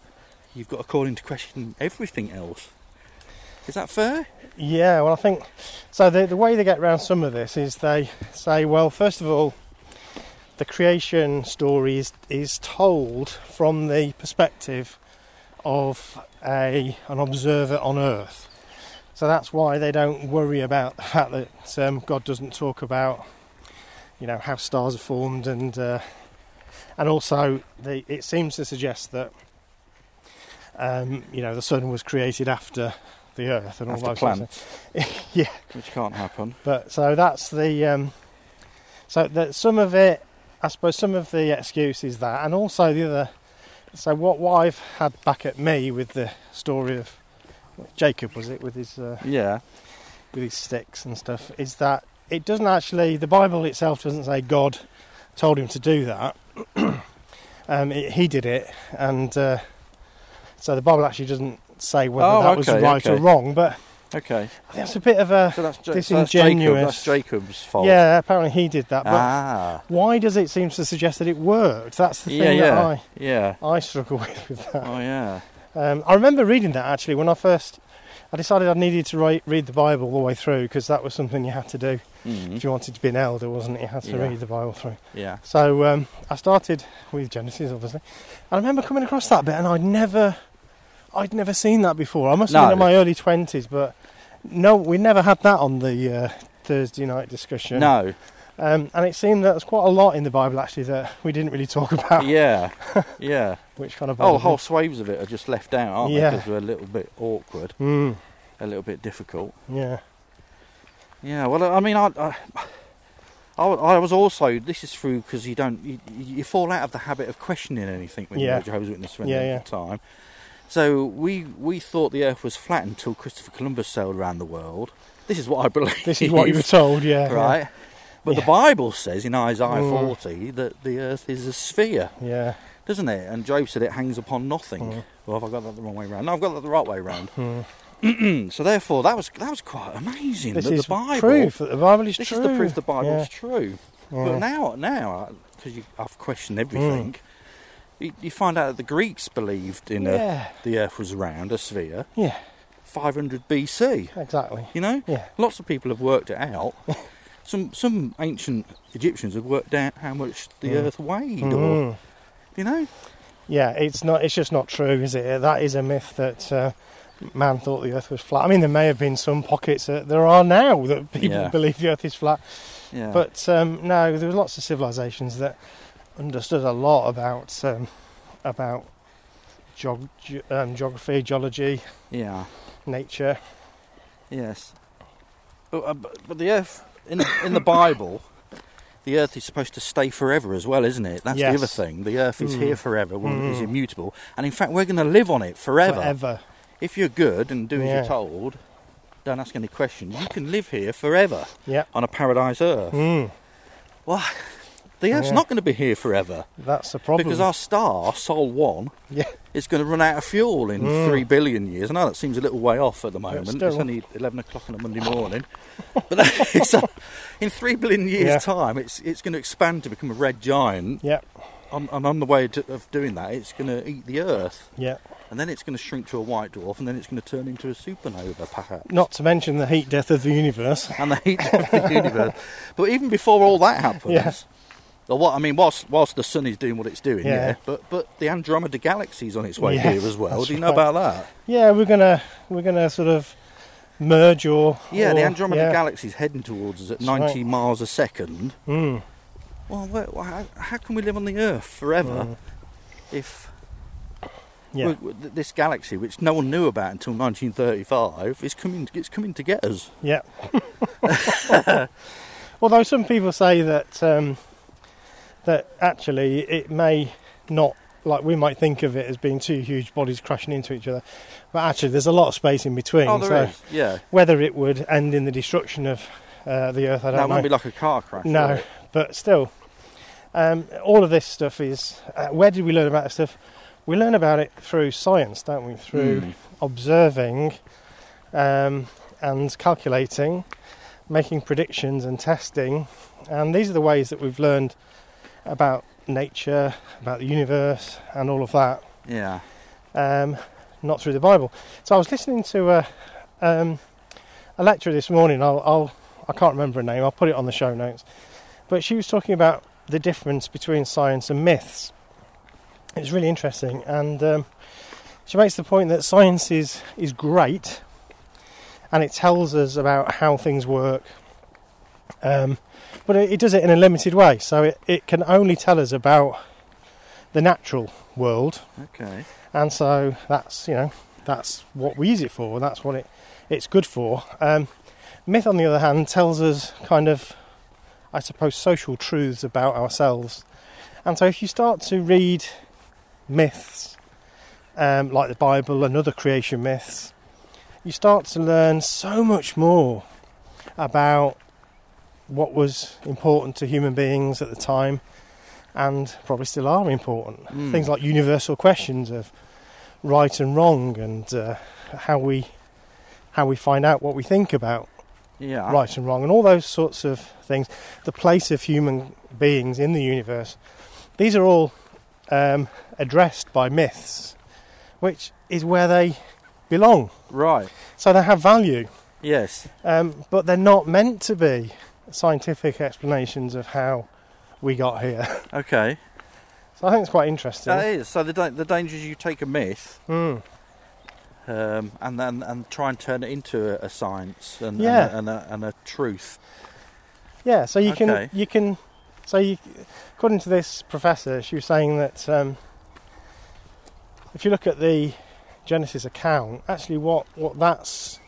Speaker 3: you've got to call into question everything else. Is that fair?
Speaker 2: Yeah, well, I think so. The, the way they get around some of this is they say, well, first of all, the creation story is, is told from the perspective of a, an observer on Earth. So that's why they don't worry about the fact that um, God doesn't talk about, you know, how stars are formed, and uh, and also they, it seems to suggest that, um, you know, the sun was created after the Earth and all
Speaker 3: After
Speaker 2: those sorts of
Speaker 3: plants,
Speaker 2: yeah,
Speaker 3: which can't happen.
Speaker 2: but so that's the um, so that some of it, I suppose, some of the excuse is that, and also the other. So what what I've had back at me with the story of Jacob was it with his uh,
Speaker 3: Yeah,
Speaker 2: with his sticks and stuff is that it doesn't actually the Bible itself doesn't say God told him to do that. um, it, he did it, and uh, So the Bible actually doesn't say whether
Speaker 3: Oh,
Speaker 2: that was
Speaker 3: okay,
Speaker 2: right or
Speaker 3: okay.
Speaker 2: wrong, but
Speaker 3: Okay.
Speaker 2: I think that's a bit of a
Speaker 3: So that's, Ja- so that's Jacob.
Speaker 2: disingenuous.
Speaker 3: That's Jacob's fault.
Speaker 2: yeah, apparently he did that. But
Speaker 3: Ah.
Speaker 2: why does it seem to suggest that it worked? That's the thing
Speaker 3: Yeah, yeah.
Speaker 2: that
Speaker 3: Yeah.
Speaker 2: I, I struggle with with that.
Speaker 3: Oh, yeah.
Speaker 2: Um, I remember reading that actually when I first. I decided I needed to write, read the Bible all the way through because that was something you had to do
Speaker 3: Mhm.
Speaker 2: if you wanted to be an elder, wasn't it? You had to
Speaker 3: Yeah.
Speaker 2: read the Bible through.
Speaker 3: Yeah.
Speaker 2: So um, I started with Genesis, obviously. I remember coming across that bit, and I'd never, I'd never seen that before. I must have been in
Speaker 3: No.
Speaker 2: my early twenties, but no, we never had that on the uh, Thursday night discussion.
Speaker 3: No.
Speaker 2: Um, and it seemed that there's quite a lot in the Bible actually that we didn't really talk about,
Speaker 3: Yeah. Yeah.
Speaker 2: which kind of
Speaker 3: Oh,
Speaker 2: bothered me.
Speaker 3: whole swaves of it are just left out, aren't
Speaker 2: Yeah.
Speaker 3: they? Because we're a little bit awkward,
Speaker 2: Mm,
Speaker 3: a little bit difficult.
Speaker 2: yeah,
Speaker 3: Yeah. Well, I mean, I, I, I, I was also. This is through because you don't, you, you fall out of the habit of questioning anything when
Speaker 2: Yeah.
Speaker 3: you're a Jehovah's Witness for
Speaker 2: Yeah,
Speaker 3: any
Speaker 2: yeah.
Speaker 3: time. So we we thought the Earth was flat until Christopher Columbus sailed around the world. This is what I believe.
Speaker 2: this is what you were told, yeah, yeah,
Speaker 3: right? But the
Speaker 2: Yeah.
Speaker 3: Bible says in Isaiah
Speaker 2: Mm.
Speaker 3: 40 that the Earth is a sphere.
Speaker 2: yeah,
Speaker 3: doesn't it? And Job said it hangs upon nothing.
Speaker 2: Mm.
Speaker 3: Well, have I got that the wrong way round? No, I've got that the right way round. Hmm.
Speaker 2: Mm.
Speaker 3: so therefore, that was that was quite amazing.
Speaker 2: This
Speaker 3: that
Speaker 2: is
Speaker 3: the Bible,
Speaker 2: proof that the Bible is
Speaker 3: This
Speaker 2: true.
Speaker 3: is the proof the Bible's
Speaker 2: Yeah, Uh-huh.
Speaker 3: true.
Speaker 2: yeah.
Speaker 3: But now, now, because I've questioned
Speaker 2: Mm.
Speaker 3: everything, you, you find out that the Greeks believed in a,
Speaker 2: yeah,
Speaker 3: the Earth was round, a sphere,
Speaker 2: yeah,
Speaker 3: 500 BC.
Speaker 2: exactly,
Speaker 3: You know,
Speaker 2: yeah,
Speaker 3: lots of people have worked it out. some some ancient Egyptians have worked out how much the
Speaker 2: Mm.
Speaker 3: Earth weighed, or
Speaker 2: Mm.
Speaker 3: you know,
Speaker 2: Yeah, it's not. It's just not true, is it? That is a myth that uh, man thought the Earth was flat. I mean, there may have been some pockets that there are now that people
Speaker 3: Yeah.
Speaker 2: believe the Earth is flat,
Speaker 3: yeah.
Speaker 2: but um, no, there were lots of civilizations that understood a lot about um, about geog- ge- um, geography, geology,
Speaker 3: yeah.
Speaker 2: nature.
Speaker 3: Yes. But, uh, but but the earth in in the Bible, the earth is supposed to stay forever as well, isn't it? That's the other
Speaker 2: Yes.
Speaker 3: thing. The earth is
Speaker 2: Mm.
Speaker 3: here forever, well, it is
Speaker 2: Mm.
Speaker 3: immutable, and in fact, we're going to live on it forever.
Speaker 2: Forever.
Speaker 3: If you're good and do as
Speaker 2: Yeah.
Speaker 3: you're told, don't ask any questions. You can live here forever
Speaker 2: Yeah.
Speaker 3: on a paradise earth.
Speaker 2: Mm,
Speaker 3: Well, the earth's
Speaker 2: Yeah.
Speaker 3: not going to be here forever
Speaker 2: that's the problem.
Speaker 3: because our star, Sol One,
Speaker 2: yeah,
Speaker 3: it's going to run out of fuel in
Speaker 2: Mm.
Speaker 3: three billion years. I know that seems a little way off at the moment.
Speaker 2: still.
Speaker 3: It's only eleven o'clock on a Monday morning, but it's, uh, in three billion years'
Speaker 2: Yeah.
Speaker 3: time, it's it's going to expand to become a red giant.
Speaker 2: yeah,
Speaker 3: On, and on the way to, of doing that, it's going to eat the Earth,
Speaker 2: yeah.
Speaker 3: and then it's going to shrink to a white dwarf, and then it's going to turn into a supernova, perhaps.
Speaker 2: Not to mention the heat death of the universe.
Speaker 3: And the heat of the universe. But even before all that happens.
Speaker 2: Yeah.
Speaker 3: or what I mean, whilst whilst the sun is doing what it's doing,
Speaker 2: Yeah.
Speaker 3: yeah. But but the Andromeda galaxy's on its way
Speaker 2: Yeah,
Speaker 3: here as well.
Speaker 2: that's
Speaker 3: Do you know
Speaker 2: right.
Speaker 3: about that?
Speaker 2: Yeah, we're gonna we're gonna sort of merge or
Speaker 3: Yeah, the
Speaker 2: or-
Speaker 3: Andromeda
Speaker 2: yeah.
Speaker 3: galaxy's heading towards us at
Speaker 2: That's right.
Speaker 3: 90 miles a second.
Speaker 2: Mm,
Speaker 3: Well, where, wh- how, how can we live on the Earth forever if
Speaker 2: Hmm. yeah,
Speaker 3: w- w- th- this galaxy, which no one knew about until 1935, is coming? It's coming to get us.
Speaker 2: yeah. Although some people say that um, that actually it may not like we might think of it as being two huge bodies crashing into each other, but actually there's a lot of space in between.
Speaker 3: Oh, there
Speaker 2: so
Speaker 3: is. Yeah,
Speaker 2: whether it would end in the destruction of uh, the Earth, I
Speaker 3: that
Speaker 2: don't
Speaker 3: won't
Speaker 2: know.
Speaker 3: be like a car crash. will
Speaker 2: no,
Speaker 3: it?
Speaker 2: but still, um, all of this stuff is. Uh, where did we learn about this stuff? We learn about it through science, don't we? Through
Speaker 3: Mm.
Speaker 2: observing um, and calculating, making predictions and testing. And these are the ways that we've learned about nature, about the universe, and all of that,
Speaker 3: Yeah.
Speaker 2: um, not through the Bible. So I was listening to a, um, a lecture this morning. I'll, I'll, I can't remember her name, I'll put it on the show notes. But she was talking about the difference between science and myths. It was really interesting, and um, she makes the point that science is, is great, and it tells us about how things work, um, but it, it does it in a limited way. So it, it can only tell us about the natural world,
Speaker 3: Okay.
Speaker 2: and so that's you know that's what we use it for. That's what it it's good for. Um, myth, on the other hand, tells us kind of, I suppose, social truths about ourselves. And so if you start to read myths um, like the Bible and other creation myths, you start to learn so much more about what was important to human beings at the time and probably still are important
Speaker 3: Mm.
Speaker 2: things like universal questions of right and wrong and uh, how we how we find out what we think about
Speaker 3: Yeah.
Speaker 2: right and wrong and all those sorts of things, the place of human beings in the universe, these are all um, addressed by myths, which is where they belong.
Speaker 3: Right.
Speaker 2: So they have value,
Speaker 3: Yes.
Speaker 2: um, but they're not meant to be scientific explanations of how we got here.
Speaker 3: Okay.
Speaker 2: So I think it's quite interesting.
Speaker 3: That is. So the da- the danger is you take a myth
Speaker 2: Mm.
Speaker 3: um, and then and try and turn it into a, a science and
Speaker 2: Yeah.
Speaker 3: and, a, and, a, and a truth.
Speaker 2: Yeah, so you
Speaker 3: Okay.
Speaker 2: can you can so you, according to this professor, she was saying that um, if you look at the Genesis account, actually what what that's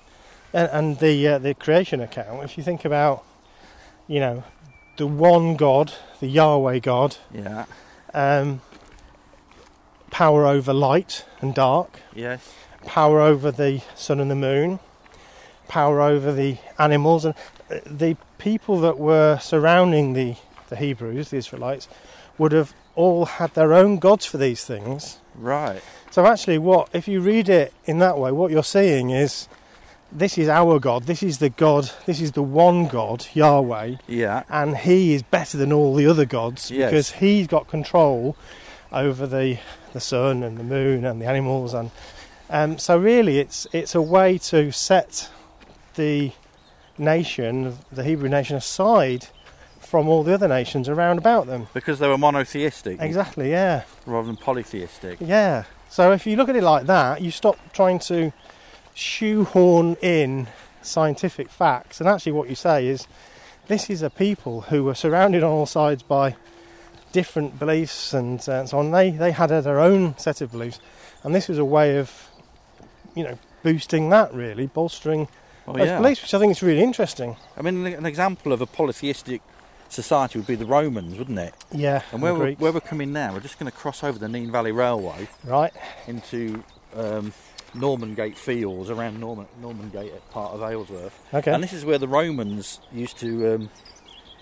Speaker 2: and, and the uh, the creation account, if you think about you know the one God, the Yahweh God,
Speaker 3: Yeah.
Speaker 2: um, power over light and dark,
Speaker 3: Yes.
Speaker 2: power over the sun and the moon, power over the animals, and uh, the people that were surrounding the, the Hebrews, the Israelites, would have all had their own gods for these things.
Speaker 3: Right.
Speaker 2: So actually, what if you read it in that way? What you're seeing is this is our God. This is the God. This is the one God, Yahweh,
Speaker 3: Yeah.
Speaker 2: and He is better than all the other gods
Speaker 3: Yes.
Speaker 2: because He's got control over the the sun and the moon and the animals and um, so really it's it's a way to set the nation, the Hebrew nation, aside from all the other nations around about them.
Speaker 3: Because they were monotheistic
Speaker 2: Exactly. Yeah.
Speaker 3: rather than polytheistic.
Speaker 2: Yeah. So if you look at it like that, you stop trying to shoehorn in scientific facts, and actually, what you say is this is a people who were surrounded on all sides by different beliefs and, uh, so on. They they had their own set of beliefs, and this was a way of, you know, boosting that really, bolstering
Speaker 3: Well,
Speaker 2: those
Speaker 3: yeah.
Speaker 2: beliefs, which I think is really interesting.
Speaker 3: I mean, an example of a polytheistic society would be the Romans, wouldn't it?
Speaker 2: Yeah.
Speaker 3: And where
Speaker 2: the
Speaker 3: we're,
Speaker 2: Greeks,
Speaker 3: where we're coming now, we're just going to cross over the Neen Valley Railway
Speaker 2: right?
Speaker 3: into um, Normangate Fields around Norman Normangate, at part of Aylesworth.
Speaker 2: Okay.
Speaker 3: And this is where the Romans used to um,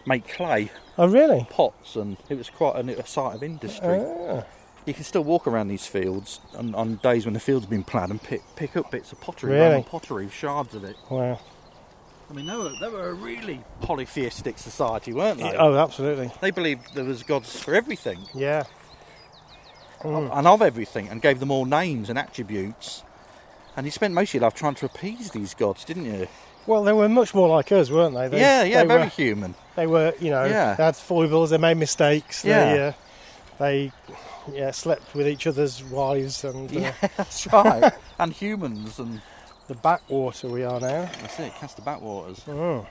Speaker 3: make clay
Speaker 2: oh, really?
Speaker 3: pots, and it was quite a, a site of industry.
Speaker 2: Ah,
Speaker 3: You can still walk around these fields on, on days when the field's been ploughed and pick, pick up bits of pottery,
Speaker 2: Really?
Speaker 3: Roman pottery, shards of it.
Speaker 2: wow.
Speaker 3: I mean, they were, they were a really polytheistic society, weren't they?
Speaker 2: Oh, absolutely.
Speaker 3: They believed there was gods for everything.
Speaker 2: Yeah. Mm.
Speaker 3: and of everything and gave them all names and attributes. And you spent most of your life trying to appease these gods, didn't you?
Speaker 2: Well, they were much more like us, weren't they? they
Speaker 3: yeah, yeah,
Speaker 2: they
Speaker 3: very
Speaker 2: Were,
Speaker 3: human.
Speaker 2: they were, you know,
Speaker 3: Yeah.
Speaker 2: they had foibles. They made mistakes.
Speaker 3: Yeah.
Speaker 2: They, uh, they, yeah, slept with each other's wives and uh,
Speaker 3: Yeah, that's right. and humans, and
Speaker 2: the backwater we are now.
Speaker 3: that's it, cast the backwaters.
Speaker 2: Mm.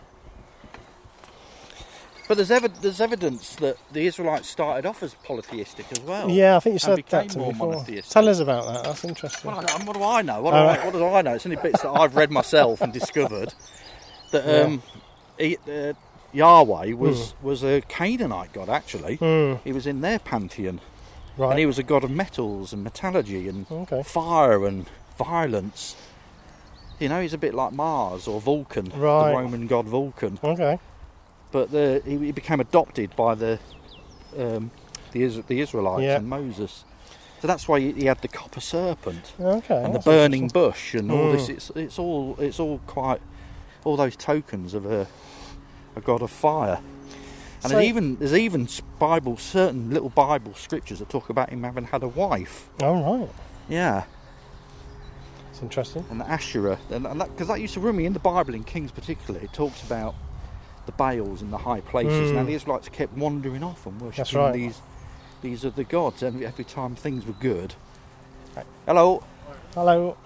Speaker 3: But there's, ev- there's evidence that the Israelites started off as polytheistic as well.
Speaker 2: Mm. yeah, I think you
Speaker 3: and
Speaker 2: said
Speaker 3: became
Speaker 2: that to
Speaker 3: more
Speaker 2: me before.
Speaker 3: monotheistic.
Speaker 2: Tell us about that. That's interesting.
Speaker 3: Well, I don't- what do I know? What,
Speaker 2: Oh,
Speaker 3: do
Speaker 2: right.
Speaker 3: I, what do I know? It's only bits that I've read myself and discovered that um, he, uh, Yahweh was,
Speaker 2: Hmm.
Speaker 3: was a Canaanite god, actually.
Speaker 2: Mm,
Speaker 3: He was in their pantheon.
Speaker 2: right.
Speaker 3: And he was a god of metals and metallurgy and
Speaker 2: Okay.
Speaker 3: fire and violence. You know, he's a bit like Mars or Vulcan,
Speaker 2: Right.
Speaker 3: the Roman god Vulcan.
Speaker 2: Okay.
Speaker 3: But the, he, he became adopted by the um, the, Is- the Israelites
Speaker 2: Yeah.
Speaker 3: and Moses. So that's why he, he had the copper serpent
Speaker 2: Okay.
Speaker 3: and the
Speaker 2: that's
Speaker 3: burning bush and all
Speaker 2: Mm.
Speaker 3: this. It's it's all it's all quite all those tokens of a a god of fire. And
Speaker 2: So-
Speaker 3: there's even there's even s- Bible certain little Bible scriptures that talk about him having had a wife.
Speaker 2: interesting. All right.
Speaker 3: Yeah,
Speaker 2: It's interesting.
Speaker 3: and Asherah, and because that, 'cause that used to worry me in the Bible in Kings particularly. It talks about the Baals and the high places.
Speaker 2: Mm.
Speaker 3: Now the Israelites kept wandering off and worshiping
Speaker 2: right.
Speaker 3: these these other gods every, every time things were good. Hello.
Speaker 2: Hello.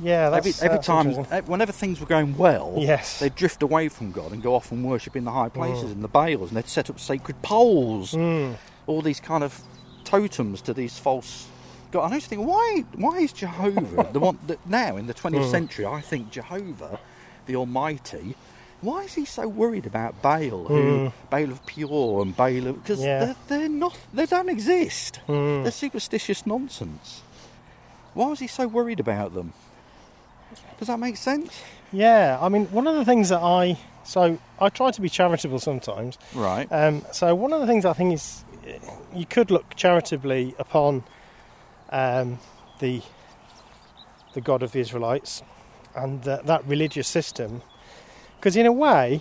Speaker 2: Yeah. That's,
Speaker 3: every every
Speaker 2: that's
Speaker 3: time,
Speaker 2: interesting.
Speaker 3: eh, whenever things were going well,
Speaker 2: Yes.
Speaker 3: they'd drift away from God and go off and worship in the high places and the Baals, and they'd set up sacred poles,
Speaker 2: Mm.
Speaker 3: all these kind of totems to these false. God, and I used to think, why, why is Jehovah the one that now in the 20th
Speaker 2: Mm.
Speaker 3: century? I think Jehovah, the Almighty, why is he so worried about Baal, who Baal of Peor and Baal of because
Speaker 2: Mm. Yeah.
Speaker 3: they're, they're not, they don't exist.
Speaker 2: Mm.
Speaker 3: They're superstitious nonsense. Why was he so worried about them? Does that make sense?
Speaker 2: Yeah. I mean, one of the things that I so I try to be charitable sometimes.
Speaker 3: Right.
Speaker 2: Um, so one of the things I think is you could look charitably upon um, the the God of the Israelites and that that religious system. Because in a way,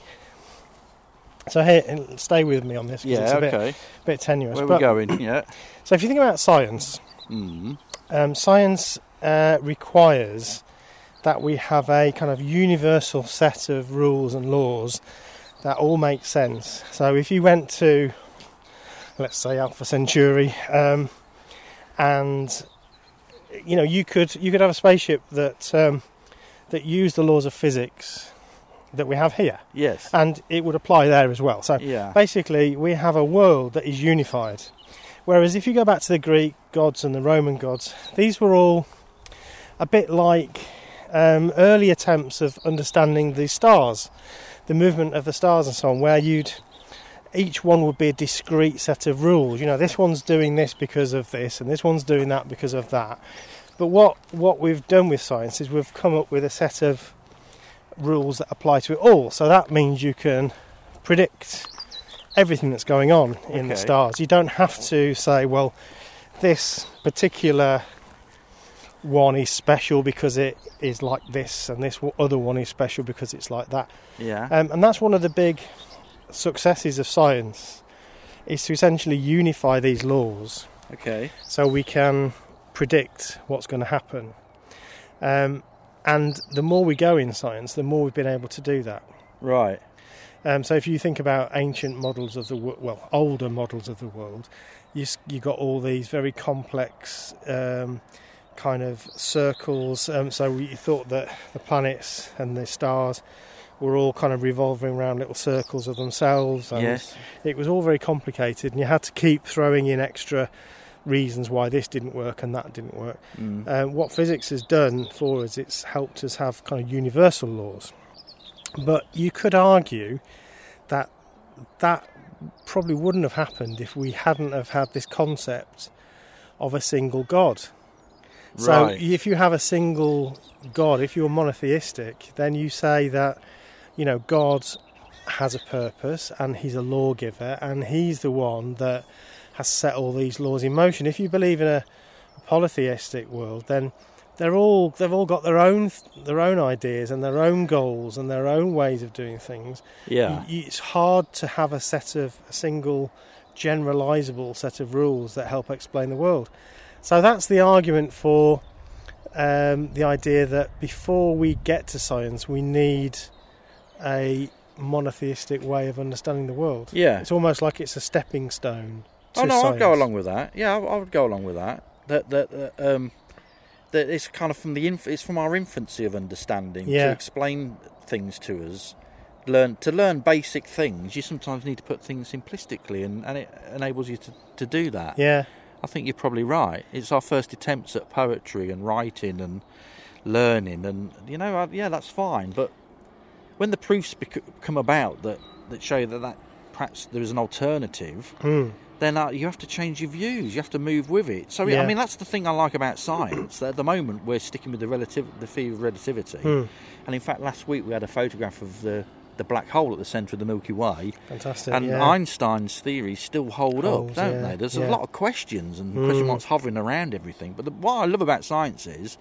Speaker 2: so here, and stay with me on this because it's
Speaker 3: Yeah,
Speaker 2: a bit,
Speaker 3: okay.
Speaker 2: bit tenuous.
Speaker 3: Where we
Speaker 2: but-
Speaker 3: going? Yeah.
Speaker 2: So if you think about science,
Speaker 3: Mm.
Speaker 2: um, science uh, requires that we have a kind of universal set of rules and laws that all make sense. So if you went to, let's say, Alpha Centauri, um, and you know you could you could have a spaceship that um, that used the laws of physics that we have here,
Speaker 3: Yes.
Speaker 2: and it would apply there as well. So
Speaker 3: yeah.
Speaker 2: basically we have a world that is unified whereas if you go back to the greek gods and the roman gods these were all a bit like um, early attempts of understanding the stars the movement of the stars and so on where you'd each one would be a discrete set of rules you know this one's doing this because of this and this one's doing that because of that but what what we've done with science is we've come up with a set of rules that apply to it all so that means you can predict everything that's going on in
Speaker 3: Okay.
Speaker 2: the stars. You don't have to say, well, this particular one is special because it is like this, and this other one is special because it's like that.
Speaker 3: Yeah.
Speaker 2: Um, and that's one of the big successes of science is to essentially unify these laws
Speaker 3: okay.
Speaker 2: so we can predict what's going to happen. Um, and the more we go in science, the more we've been able to do that.
Speaker 3: Right.
Speaker 2: Um, so if you think about ancient models of the world, well, older models of the world, you s- you got all these very complex um, kind of circles. Um, so you thought that the planets and the stars were all kind of revolving around little circles of themselves. And
Speaker 3: yes.
Speaker 2: It was all very complicated, and you had to keep throwing in extra reasons why this didn't work and that didn't work.
Speaker 3: Mm.
Speaker 2: Um, what physics has done for us, it's helped us have kind of universal laws. But you could argue that that probably wouldn't have happened if we hadn't have had this concept of a single god. So
Speaker 3: Right.
Speaker 2: if you have a single god, if you're monotheistic, then you say that you know God has a purpose and he's a lawgiver and he's the one that has set all these laws in motion. If you believe in a polytheistic world, then they're all they've all got their own their own ideas and their own goals and their own ways of doing things.
Speaker 3: yeah.
Speaker 2: Y- It's hard to have a set of a single generalizable set of rules that help explain the world. So that's the argument for um, the idea that before we get to science, we need a monotheistic way of understanding the world.
Speaker 3: Yeah.
Speaker 2: It's almost like it's a stepping stone. To
Speaker 3: Oh no,
Speaker 2: science.
Speaker 3: I'd go along with that. Yeah, I, I would go along with that. That that, that um, that it's kind of from the inf- it's from our infancy of understanding
Speaker 2: Yeah.
Speaker 3: to explain things to us. Learn to learn basic things. You sometimes need to put things simplistically, and, and it enables you to, to do that.
Speaker 2: Yeah,
Speaker 3: I think you're probably right. It's our first attempts at poetry and writing and learning, and you know, I, yeah, that's fine. But when the proofs bec- come about that that show that that perhaps there is an alternative,
Speaker 2: Hmm.
Speaker 3: then uh, you have to change your views. You have to move with it. So I
Speaker 2: Yeah.
Speaker 3: mean, that's the thing I like about science. that at the moment, we're sticking with the relative, the theory of relativity.
Speaker 2: Hmm.
Speaker 3: And in fact, last week we had a photograph of the the black hole at the centre of the Milky Way.
Speaker 2: fantastic.
Speaker 3: And
Speaker 2: yeah.
Speaker 3: Einstein's theories still hold
Speaker 2: Holds,
Speaker 3: up, don't
Speaker 2: yeah,
Speaker 3: they? There's
Speaker 2: yeah. Hmm.
Speaker 3: a lot of questions and question marks hovering around everything. But the, what I love about science is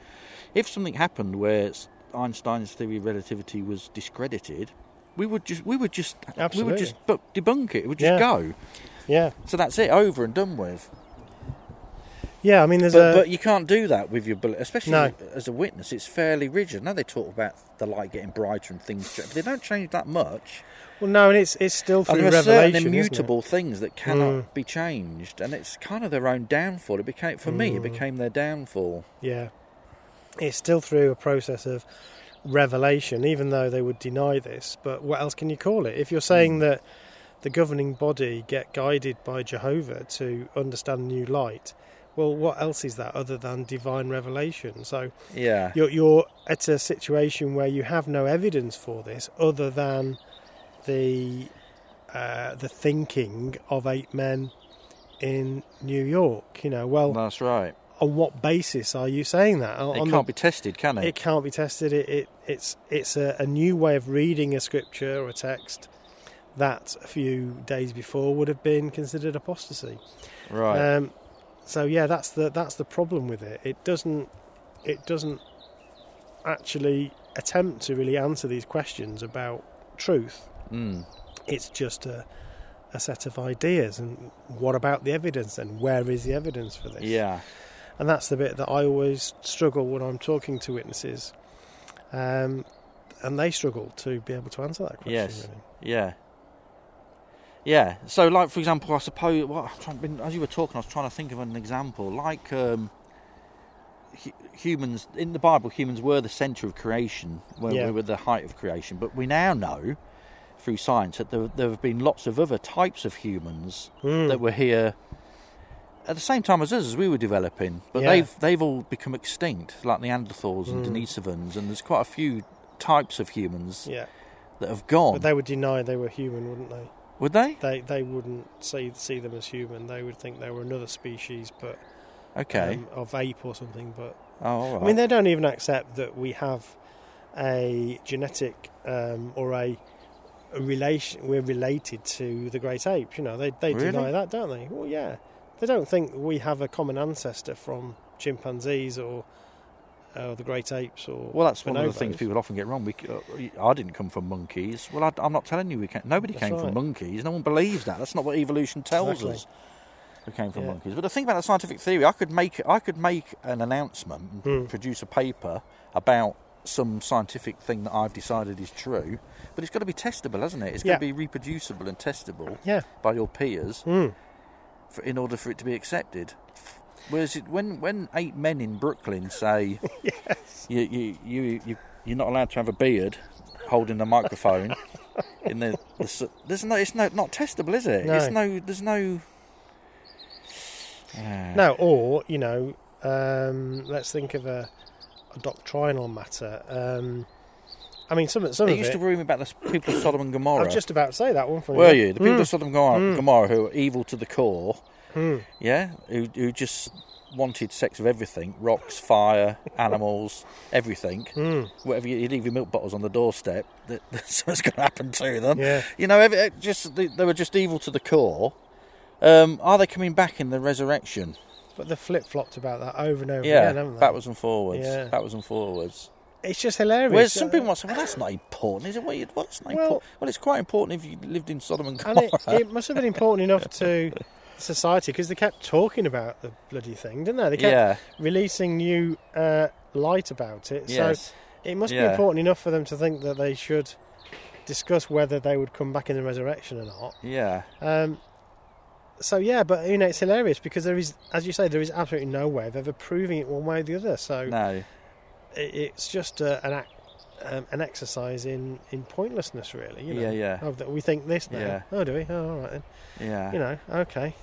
Speaker 3: if something happened where s- Einstein's theory of relativity was discredited, we would just we would just we
Speaker 2: Absolutely.
Speaker 3: would just bu- debunk it. It would just
Speaker 2: Yeah.
Speaker 3: go.
Speaker 2: yeah,
Speaker 3: So that's it, over and done with.
Speaker 2: yeah. I mean, there's
Speaker 3: But,
Speaker 2: a
Speaker 3: but you can't do that with your bullet, especially
Speaker 2: No.
Speaker 3: as a witness. It's fairly rigid. Now they talk about the light getting brighter and things, ch- but they don't change that much.
Speaker 2: well, no, and it's it's still
Speaker 3: And
Speaker 2: through
Speaker 3: there are
Speaker 2: revelation.
Speaker 3: certain
Speaker 2: isn't it? Mm.
Speaker 3: immutable things that cannot be changed, and it's kind of their own downfall. It became, for me, it
Speaker 2: Mm.
Speaker 3: became their downfall.
Speaker 2: Yeah. It's still through a process of revelation, even though they would deny this. But what else can you call it? If you're saying that the governing body get guided by Jehovah to understand new light, well, what else is that other than divine revelation? So
Speaker 3: Yeah,
Speaker 2: you're, you're at a situation where you have no evidence for this other than the uh, the thinking of eight men in New York. You know, well,
Speaker 3: that's right.
Speaker 2: on what basis are you saying that? On
Speaker 3: It
Speaker 2: on
Speaker 3: can't
Speaker 2: the-
Speaker 3: be tested, can it?
Speaker 2: it can't be tested. It, it it's it's a, a new way of reading a scripture or a text that a few days before would have been considered apostasy.
Speaker 3: right.
Speaker 2: Um, So yeah, that's the that's the problem with it. It doesn't it doesn't actually attempt to really answer these questions about truth.
Speaker 3: Mm.
Speaker 2: It's just a a set of ideas and what about the evidence and where is the evidence for this?
Speaker 3: Yeah.
Speaker 2: and that's the bit that I always struggle when I'm talking to witnesses, um, and they struggle to be able to answer that question.
Speaker 3: Yes.
Speaker 2: Really.
Speaker 3: Yeah. Yeah. So, like for example, I suppose what I'm trying, been- as you were talking, I was trying to think of an example. Like um, hu- humans in the Bible, humans were the centre of creation when
Speaker 2: Yeah.
Speaker 3: we were the height of creation. But we now know through science that there, there have been lots of other types of humans
Speaker 2: Mm.
Speaker 3: that were here at the same time as us as we were developing, but
Speaker 2: Yeah. Hmm.
Speaker 3: they've they've all become extinct, like Neanderthals and Denisovans, and there's quite a few types of humans
Speaker 2: Yeah,
Speaker 3: that have gone.
Speaker 2: but they would deny they were human, wouldn't they?
Speaker 3: Would they?
Speaker 2: They they wouldn't see see them as human. They would think they were another species, but
Speaker 3: Okay.
Speaker 2: um, of ape or something. But
Speaker 3: oh, all right.
Speaker 2: I mean, they don't even accept that we have a genetic um, or a, a relation. We're related to the great apes. You know, they they
Speaker 3: Really?
Speaker 2: deny that, don't they? Well, yeah, they don't think we have a common ancestor from chimpanzees or uh, the great apes or.
Speaker 3: well, that's one of
Speaker 2: bonobos.
Speaker 3: the things people often get wrong. We, c- uh, I didn't come from monkeys. Well, I, I'm not telling you we can Nobody
Speaker 2: That's
Speaker 3: came
Speaker 2: right.
Speaker 3: from monkeys. No one believes that. That's not what evolution tells
Speaker 2: Exactly.
Speaker 3: us. We came from
Speaker 2: Yeah.
Speaker 3: monkeys. But the thing about that scientific theory, I could make I could make an announcement, and
Speaker 2: Hmm.
Speaker 3: produce a paper about some scientific thing that I've decided is true, but it's got to be testable, hasn't it? It's got to
Speaker 2: Yeah.
Speaker 3: be reproducible and testable
Speaker 2: Yeah.
Speaker 3: by your peers.
Speaker 2: Mm.
Speaker 3: for, in order for it to be accepted. Whereas it, when when eight men in Brooklyn say, you, you you you you're not allowed to have a beard holding the microphone, in the, the s- there's no it's no not testable, is it?
Speaker 2: No.
Speaker 3: It's no there's no. Yeah.
Speaker 2: No, or you know, um, let's think of a, a doctrinal matter. Um, I mean, some some
Speaker 3: It
Speaker 2: of
Speaker 3: used
Speaker 2: it.
Speaker 3: to worry me about the s- people of Sodom and
Speaker 2: I
Speaker 3: Gomorrah.
Speaker 2: was just about to say that one. From
Speaker 3: Were you the people
Speaker 2: Mm.
Speaker 3: of Sodom and Gomorrah,
Speaker 2: Mm.
Speaker 3: Gomorrah who were evil to the core?
Speaker 2: Mm.
Speaker 3: Yeah, who who just wanted sex with everything, rocks, fire, animals, everything.
Speaker 2: Mm.
Speaker 3: whatever you, you leave your milk bottles on the doorstep, that, that something's going to happen to them.
Speaker 2: Yeah.
Speaker 3: You know, every, it just they, they were just evil to the core. Um, are they coming back in the resurrection?
Speaker 2: But they flip flopped about that over and over
Speaker 3: yeah,
Speaker 2: again, haven't they?
Speaker 3: backwards and forwards.
Speaker 2: Yeah.
Speaker 3: Backwards and forwards.
Speaker 2: It's just hilarious.
Speaker 3: Whereas some
Speaker 2: Uh,
Speaker 3: people might say, well, that's not important, is it? Well, you- well, it's not
Speaker 2: Well-
Speaker 3: important. well, it's quite important if you lived in Sodom and
Speaker 2: and
Speaker 3: Gomorrah.
Speaker 2: it, it must have been important enough to society because they kept talking about the bloody thing, didn't they? They kept
Speaker 3: yeah,
Speaker 2: releasing new uh, light about it.
Speaker 3: yes.
Speaker 2: So it must be
Speaker 3: Yeah.
Speaker 2: important enough for them to think that they should discuss whether they would come back in the resurrection or not.
Speaker 3: Yeah,
Speaker 2: Um, so yeah, but you know it's hilarious because there is, as you say, there is absolutely no way of ever proving it one way or the other. So
Speaker 3: no.
Speaker 2: i- it's just uh, an act, um, an exercise in, in pointlessness, really. You know?
Speaker 3: Yeah, yeah.
Speaker 2: Oh, that we think this now.
Speaker 3: Yeah. Ah.
Speaker 2: Oh, do we? Oh, all right then.
Speaker 3: Yeah,
Speaker 2: You know, okay.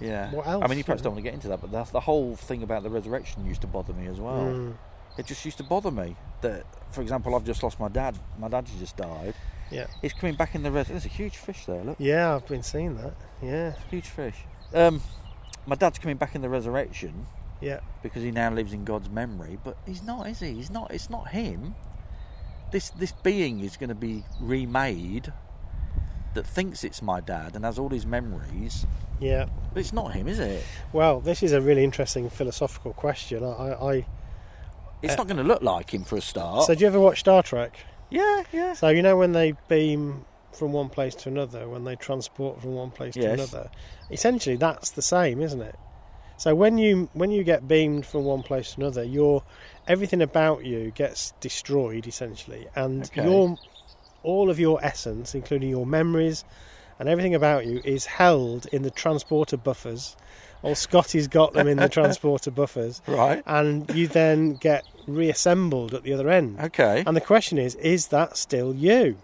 Speaker 3: yeah.
Speaker 2: what
Speaker 3: I
Speaker 2: else,
Speaker 3: mean, you
Speaker 2: you
Speaker 3: perhaps
Speaker 2: know?
Speaker 3: don't want to get into that, but the, the whole thing about the resurrection used to bother me as well.
Speaker 2: Mm,
Speaker 3: it just used to bother me that, for example, I've just lost my dad. My dad's just died.
Speaker 2: Yeah.
Speaker 3: He's coming back in the res. There's a huge fish there. Look,
Speaker 2: Yeah, I've been seeing that. Yeah,
Speaker 3: huge fish. Um, my dad's coming back in the resurrection
Speaker 2: yeah,
Speaker 3: because he now lives in God's memory, but he's not, is he? He's not. It's not him. This this being is going to be remade that thinks it's my dad and has all these memories,
Speaker 2: yeah.
Speaker 3: but it's not him, is it?
Speaker 2: Well, this is a really interesting philosophical question. I, I, I
Speaker 3: It's
Speaker 2: Uh,
Speaker 3: not going to look like him for a start.
Speaker 2: so do you ever watch Star Trek?
Speaker 3: yeah, yeah.
Speaker 2: So you know when they beam from one place to another, when they transport from one place to
Speaker 3: Yes.
Speaker 2: another, essentially that's the same, isn't it? So when you when you get beamed from one place to another, your everything about you gets destroyed essentially, and
Speaker 3: Okay.
Speaker 2: your all of your essence, including your memories and everything about you, is held in the transporter buffers. Or Scotty's got them in the transporter buffers,
Speaker 3: Right.
Speaker 2: and you then get reassembled at the other end.
Speaker 3: Okay.
Speaker 2: And the question is, is that still you?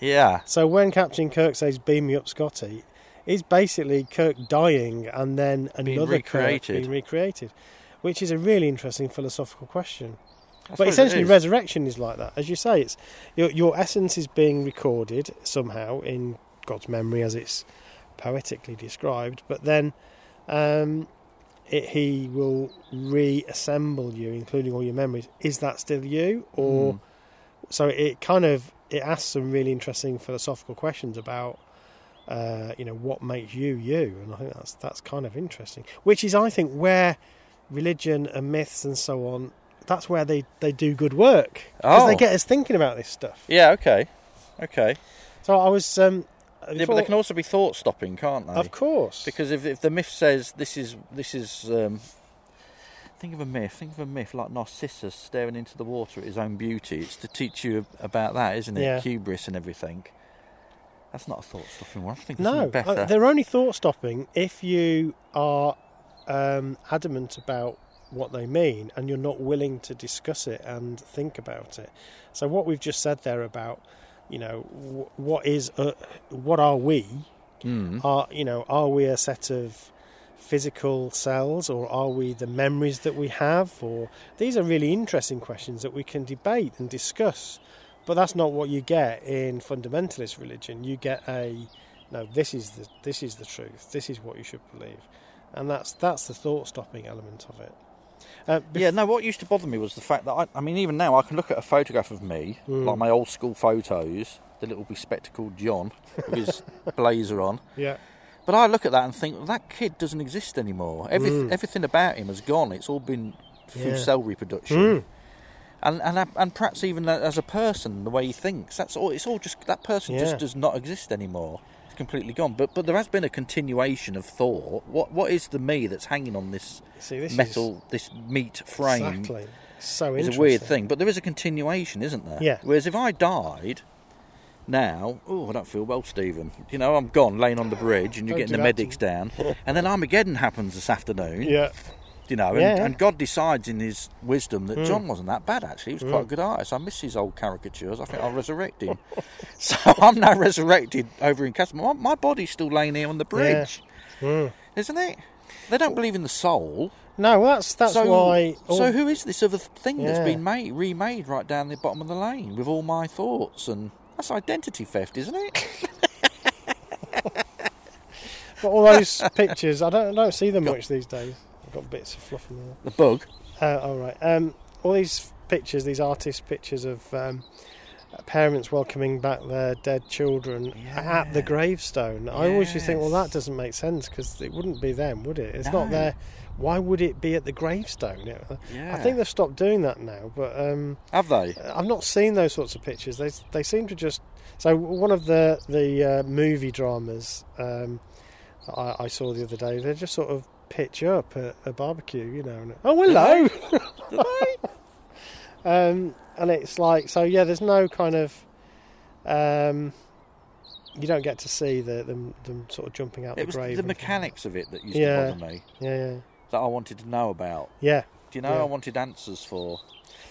Speaker 3: Yeah.
Speaker 2: So when Captain Kirk says, "Beam me up, Scotty," is basically Kirk dying and then
Speaker 3: Being
Speaker 2: another
Speaker 3: recreated.
Speaker 2: Kirk being recreated, which is a really interesting philosophical question.
Speaker 3: I
Speaker 2: but
Speaker 3: suppose it
Speaker 2: essentially,
Speaker 3: is.
Speaker 2: resurrection is like that, as you say. It's your your essence is being recorded somehow in God's memory, as it's poetically described. But then. Um, it, he will reassemble you, including all your memories. Is that still you, or
Speaker 3: Mm.
Speaker 2: so it kind of it asks some really interesting philosophical questions about uh, you know what makes you you, and I think that's that's kind of interesting. Which is, I think, where religion and myths and so on. That's where they, they do good work because they
Speaker 3: Oh.
Speaker 2: get us thinking about this stuff.
Speaker 3: Yeah. Okay. Okay.
Speaker 2: So I was um,
Speaker 3: Yeah, but
Speaker 2: before-
Speaker 3: they can also be thought stopping, can't they?
Speaker 2: of course
Speaker 3: Because if, if the myth says this is this is um, think of a myth, think of a myth like Narcissus staring into the water at his own beauty. It's to teach you about that, isn't it?
Speaker 2: Yeah.
Speaker 3: Hubris and everything. That's not a thought stopping one. I think it's
Speaker 2: No,
Speaker 3: better.
Speaker 2: uh, they're only thought stopping if you are um, adamant about what they mean and you're not willing to discuss it and think about it. So what we've just said there about, you know, wh- what is, uh, what are we?
Speaker 3: Mm.
Speaker 2: Are you know, are we a set of physical cells or are we the memories that we have? Or these are really interesting questions that we can debate and discuss. But that's not what you get in fundamentalist religion. You get a no, this is the this is the truth. This is what you should believe, and that's that's the thought stopping element of it. Uh, bef-
Speaker 3: Yeah, no, what used to bother me was the fact that, I, I mean, even now I can look at a photograph of me,
Speaker 2: Hmm.
Speaker 3: like my old school photos, the little bespectacled John with his blazer on.
Speaker 2: yeah,
Speaker 3: But I look at that and think, well, that kid doesn't exist anymore. Every, Everything about him has gone. It's all been through
Speaker 2: Mm. Yeah. Mm.
Speaker 3: cell
Speaker 2: Hmm.
Speaker 3: reproduction. And, and and perhaps even as a person, the way he thinks, that's all. It's all just that person
Speaker 2: Yeah.
Speaker 3: just does not exist anymore. It's completely gone. But but there has been a continuation of thought. What what is the me that's hanging on this
Speaker 2: See, this is-
Speaker 3: metal, this meat frame?
Speaker 2: exactly. So
Speaker 3: It's
Speaker 2: interesting.
Speaker 3: a weird thing, but there is a continuation, isn't there?
Speaker 2: Yeah.
Speaker 3: Whereas if I died now, oh, I don't feel well, Stephen. You know, I'm gone, laying on the bridge, and you're
Speaker 2: Don't
Speaker 3: getting
Speaker 2: do
Speaker 3: the
Speaker 2: that to
Speaker 3: medics down, and then Armageddon happens this afternoon.
Speaker 2: Yeah,
Speaker 3: You know, and,
Speaker 2: Yeah, Hmm. yeah.
Speaker 3: and God decides in His wisdom that John wasn't that bad. Actually, he was
Speaker 2: Hmm.
Speaker 3: quite a good artist. I miss his old caricatures. I think I'll resurrect him. so I'm now resurrected over in Castle. My, my body's still laying here on the bridge,
Speaker 2: Hmm.
Speaker 3: isn't it? They don't believe in the soul.
Speaker 2: no, that's that's
Speaker 3: So,
Speaker 2: why. all-
Speaker 3: so who is this other thing
Speaker 2: Yeah.
Speaker 3: that's been made, remade right down the bottom of the lane with all my thoughts and that's identity theft, isn't it?
Speaker 2: But all those pictures, I don't, I don't see them much these days. I've got bits of fluff in there.
Speaker 3: the bug.
Speaker 2: Uh, all right. Um, all these pictures, these artist pictures of um, parents welcoming back their dead children at the
Speaker 3: Yeah.
Speaker 2: gravestone. I always just think, well, that
Speaker 3: Yes.
Speaker 2: doesn't make sense because it wouldn't be them, would it? It's not
Speaker 3: No.
Speaker 2: there. Why would it be at the gravestone? It- I
Speaker 3: Yeah.
Speaker 2: think they've stopped doing that now, but. Um,
Speaker 3: Have they?
Speaker 2: I've not seen those sorts of pictures. They they seem to just so one of the the uh, movie dramas um, that I, I saw the other day. They just sort of pitch up at a barbecue, you know. And, oh hello. um, and it's like so yeah. There's no kind of um, you don't get to see the, them them sort of jumping out
Speaker 3: It
Speaker 2: the
Speaker 3: was
Speaker 2: grave.
Speaker 3: the
Speaker 2: and things.
Speaker 3: mechanics of it that used
Speaker 2: Yeah.
Speaker 3: to bother me
Speaker 2: Yeah, yeah,
Speaker 3: that I wanted to know about.
Speaker 2: yeah.
Speaker 3: Do you know
Speaker 2: Yeah.
Speaker 3: I wanted answers for?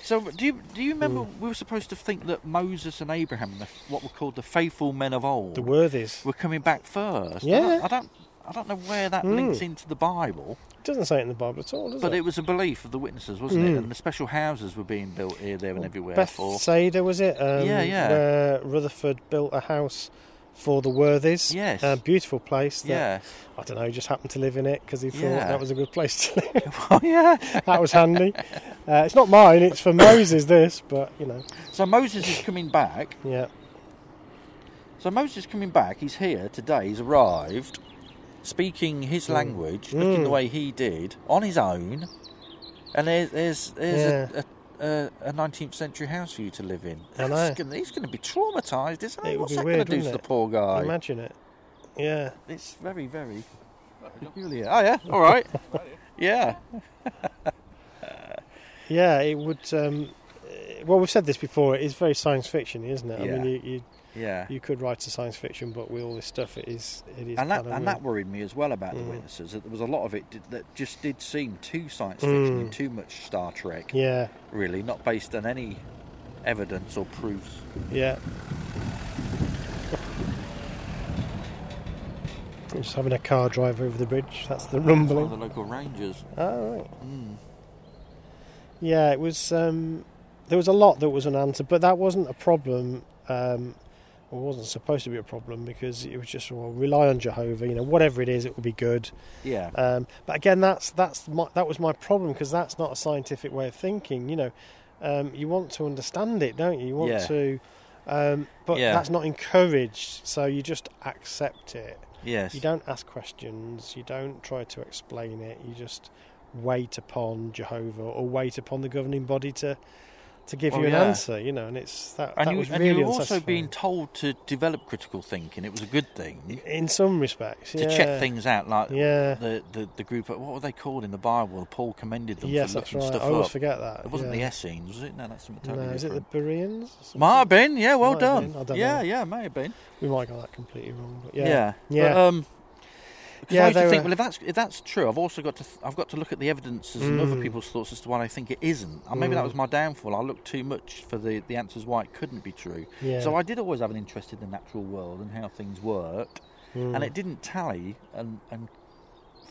Speaker 3: So do you do you remember we were supposed to think that Moses and Abraham, the, what were called the faithful men of old,
Speaker 2: The worthies
Speaker 3: were coming back first? I
Speaker 2: Yeah. Mm.
Speaker 3: don't- I don't I don't know where that links into the Bible.
Speaker 2: doesn't say it in the Bible at all, does
Speaker 3: But
Speaker 2: it?
Speaker 3: it was a belief of the witnesses, wasn't
Speaker 2: Mm.
Speaker 3: it? And the special houses were being built here, there, and everywhere. for
Speaker 2: Bethsaida, was it? Um,
Speaker 3: Yeah, yeah.
Speaker 2: Where Rutherford built a house for the Worthies.
Speaker 3: Yes.
Speaker 2: A beautiful place. That,
Speaker 3: yeah,
Speaker 2: I don't know, he just happened to live in it because he thought
Speaker 3: Yeah.
Speaker 2: that was a good place to live.
Speaker 3: oh yeah.
Speaker 2: that was handy. Uh, it's not mine, it's for Moses, this, but, you know,
Speaker 3: So Moses is coming back.
Speaker 2: yeah.
Speaker 3: So Moses is coming back. He's here today. He's arrived, speaking his
Speaker 2: Mm.
Speaker 3: language, looking the way he did on his own. And there's there's, there's a, a, a, a 19th century house for you to live in.
Speaker 2: I know.
Speaker 3: That's gonna- he's going to be traumatised, isn't he?
Speaker 2: It would
Speaker 3: What's
Speaker 2: be
Speaker 3: that
Speaker 2: weird,
Speaker 3: going to do
Speaker 2: wouldn't
Speaker 3: to the
Speaker 2: it?
Speaker 3: poor guy?
Speaker 2: Imagine it. Yeah.
Speaker 3: It's very, very peculiar. Oh yeah, all right. yeah.
Speaker 2: Yeah, it would. Um, eh, well, we've said this before, it is very science fiction, isn't it? I
Speaker 3: Yeah.
Speaker 2: mean, you, you,
Speaker 3: Yeah.
Speaker 2: you could write a science fiction, but with all this stuff, it is. It is
Speaker 3: and that,
Speaker 2: kind of
Speaker 3: and
Speaker 2: weird. Mm.
Speaker 3: that worried me as well about the witnesses that there was a lot of it did, that just did seem too science fiction and too much Star Trek,
Speaker 2: Mm. Yeah,
Speaker 3: really, not based on any evidence or proofs.
Speaker 2: yeah. I'm just having a car drive over the bridge. That's the
Speaker 3: One of the
Speaker 2: rumbling.
Speaker 3: local rangers.
Speaker 2: Oh, right. Yeah, it was. Um, there was a lot that was unanswered, but that wasn't a problem. Um, or wasn't supposed to be a problem because it was just well, rely on Jehovah. You know, whatever it is, it will be good.
Speaker 3: Yeah.
Speaker 2: Um, but again, that's that's my, that was my problem because that's not a scientific way of thinking. You know, um, you want to understand it, don't you? You want
Speaker 3: Yeah.
Speaker 2: to Um, but
Speaker 3: Yeah.
Speaker 2: that's not encouraged, so you just accept it.
Speaker 3: Yes.
Speaker 2: You don't ask questions, you don't try to explain it, you just wait upon Jehovah or wait upon the governing body to to give
Speaker 3: Well,
Speaker 2: you an
Speaker 3: Oh, yeah.
Speaker 2: answer, you know, and it's that,
Speaker 3: and
Speaker 2: that
Speaker 3: you,
Speaker 2: was
Speaker 3: and
Speaker 2: really
Speaker 3: you were also being
Speaker 2: unsatisfying.
Speaker 3: told to develop critical thinking. It was a good thing
Speaker 2: in some respects,
Speaker 3: to
Speaker 2: yeah.
Speaker 3: check things out, like
Speaker 2: Yeah.
Speaker 3: the, the the group. What were they called in the Bible? Paul commended them
Speaker 2: Yes,
Speaker 3: for
Speaker 2: that's
Speaker 3: looking
Speaker 2: right. I
Speaker 3: stuff
Speaker 2: always
Speaker 3: up.
Speaker 2: forget that.
Speaker 3: It wasn't
Speaker 2: yeah.
Speaker 3: the Essenes, was it? No, that's something totally
Speaker 2: No, is it the
Speaker 3: different.
Speaker 2: Bereans? or something?
Speaker 3: Might have been, yeah, well
Speaker 2: Might have
Speaker 3: done.
Speaker 2: been, I don't
Speaker 3: yeah,
Speaker 2: know.
Speaker 3: yeah, may have been.
Speaker 2: We might have got that completely wrong, but
Speaker 3: Yeah,
Speaker 2: yeah.
Speaker 3: But,
Speaker 2: Yeah.
Speaker 3: um, because
Speaker 2: Yeah,
Speaker 3: I used
Speaker 2: they
Speaker 3: to
Speaker 2: were-
Speaker 3: think, well, if that's if that's true, I've also got to th- I've got to look at the evidences and other
Speaker 2: Mm.
Speaker 3: people's thoughts as to why I think it isn't. And maybe that
Speaker 2: Mm.
Speaker 3: was my downfall. I looked too much for the the answers why it couldn't be true.
Speaker 2: yeah.
Speaker 3: So I did always have an interest in the natural world and how things worked,
Speaker 2: Mm.
Speaker 3: and it didn't tally and and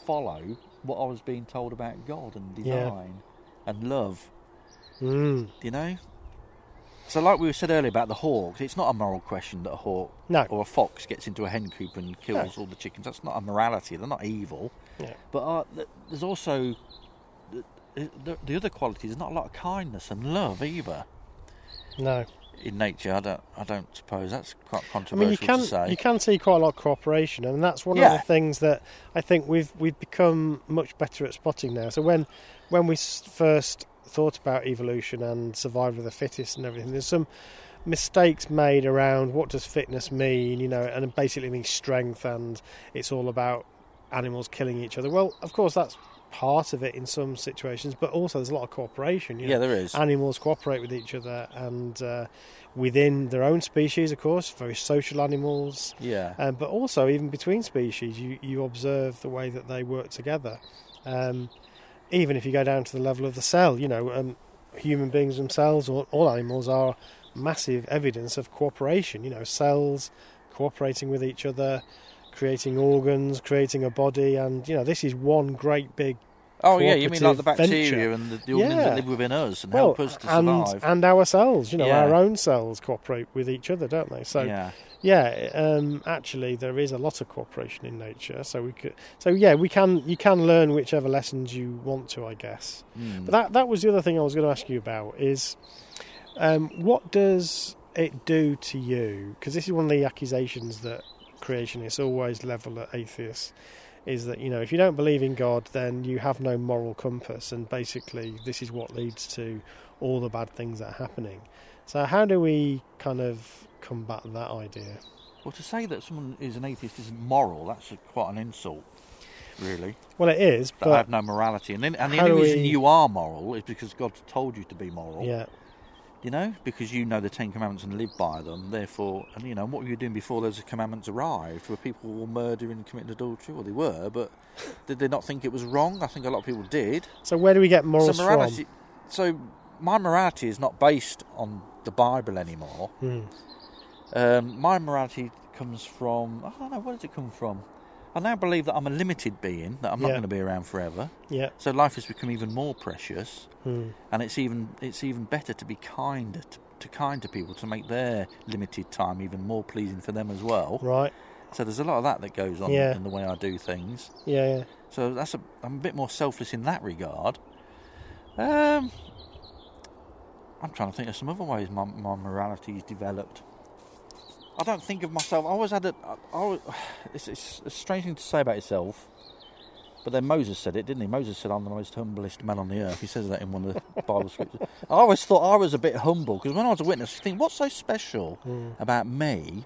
Speaker 3: follow what I was being told about God and
Speaker 2: Yeah.
Speaker 3: design and love.
Speaker 2: Mm.
Speaker 3: You know. So, like we said earlier about the hawks, it's not a moral question that a hawk
Speaker 2: No.
Speaker 3: or a fox gets into a hen coop and kills all the chickens. That's not a morality. They're not evil.
Speaker 2: Yeah.
Speaker 3: But uh, th- there's also the, the, the other quality. There's not a lot of kindness and love either
Speaker 2: No.
Speaker 3: in nature. I don't. I don't suppose that's quite
Speaker 2: I
Speaker 3: controversial
Speaker 2: mean, you
Speaker 3: to say.
Speaker 2: can you can see quite a lot of cooperation, and that's one of
Speaker 3: Yeah.
Speaker 2: the things that I think we've we've become much better at spotting now. So when when we s- first thought about evolution and survival of the fittest and everything, there's some mistakes made around what does fitness mean, you know, and it basically means strength, and it's all about animals killing each other. Well, of course that's part of it in some situations, but also there's a lot of cooperation. You know?
Speaker 3: yeah, there is.
Speaker 2: animals cooperate with each other and uh, within their own species, of course, very social animals.
Speaker 3: yeah.
Speaker 2: Um, but also, even between species, you, you observe the way that they work together. Um, even if you go down to the level of the cell, you know, um, human beings themselves or all animals are massive evidence of cooperation. You know, cells cooperating with each other, creating organs, creating a body, and you know, this is one great big
Speaker 3: Oh yeah, you mean like the
Speaker 2: cooperative
Speaker 3: bacteria
Speaker 2: venture.
Speaker 3: and the, the organisms
Speaker 2: Yeah.
Speaker 3: that live within us and help us to
Speaker 2: and,
Speaker 3: survive.
Speaker 2: and ourselves, you know,
Speaker 3: Yeah.
Speaker 2: our own cells cooperate with each other, don't they? So yeah,
Speaker 3: yeah.
Speaker 2: um, actually, there is a lot of cooperation in nature. So we could, so yeah, we can you can learn whichever lessons you want to, I guess.
Speaker 3: Mm.
Speaker 2: But that that was the other thing I was going to ask you about is um, what does it do to you? Because this is one of the accusations that creationists always level at atheists is that you know if you don't believe in God, then you have no moral compass, and basically this is what leads to all the bad things that are happening. So how do we kind of combat that idea?
Speaker 3: Well, to say that someone is an atheist isn't moral, that's a, quite an insult, really.
Speaker 2: Well, it is,
Speaker 3: That I
Speaker 2: but
Speaker 3: have no morality. And, then, and the
Speaker 2: how
Speaker 3: only
Speaker 2: do
Speaker 3: reason
Speaker 2: we-
Speaker 3: you are moral is because God told you to be moral,
Speaker 2: yeah,
Speaker 3: you know, because you know the Ten Commandments and live by them. Therefore, and you know, what were you doing before those commandments arrived? Were people all murdering and committing adultery? Well, they were, but did they not think it was wrong? I think a lot of people did.
Speaker 2: so where do we get morals
Speaker 3: so morality. So my morality is not based on the Bible anymore.
Speaker 2: from? Hmm.
Speaker 3: Um, my morality comes from I don't know where does it come from. I now believe that I'm a limited being, that I'm not
Speaker 2: Yeah.
Speaker 3: going to be around forever.
Speaker 2: Hmm, yeah,
Speaker 3: So life has become even more precious,
Speaker 2: hmm,
Speaker 3: and it's even it's even better to be kinder to, to kind to people to make their limited time even more pleasing for them as well.
Speaker 2: right,
Speaker 3: So there's a lot of that that goes on
Speaker 2: Yeah.
Speaker 3: in the way I do things.
Speaker 2: yeah, yeah.
Speaker 3: So that's a, I'm a bit more selfless in that regard. Um, I'm trying to think of some other ways my, my morality is developed. I don't think of myself. I always had a. I, I, always- it's, it's a strange thing to say about yourself, but then Moses said it, didn't he? Moses said, "I'm the most humblest man on the earth." He says that in one of the Bible scriptures. I always thought I was a bit humble because when I was a witness, I think, "What's so special
Speaker 2: Hmm.
Speaker 3: about me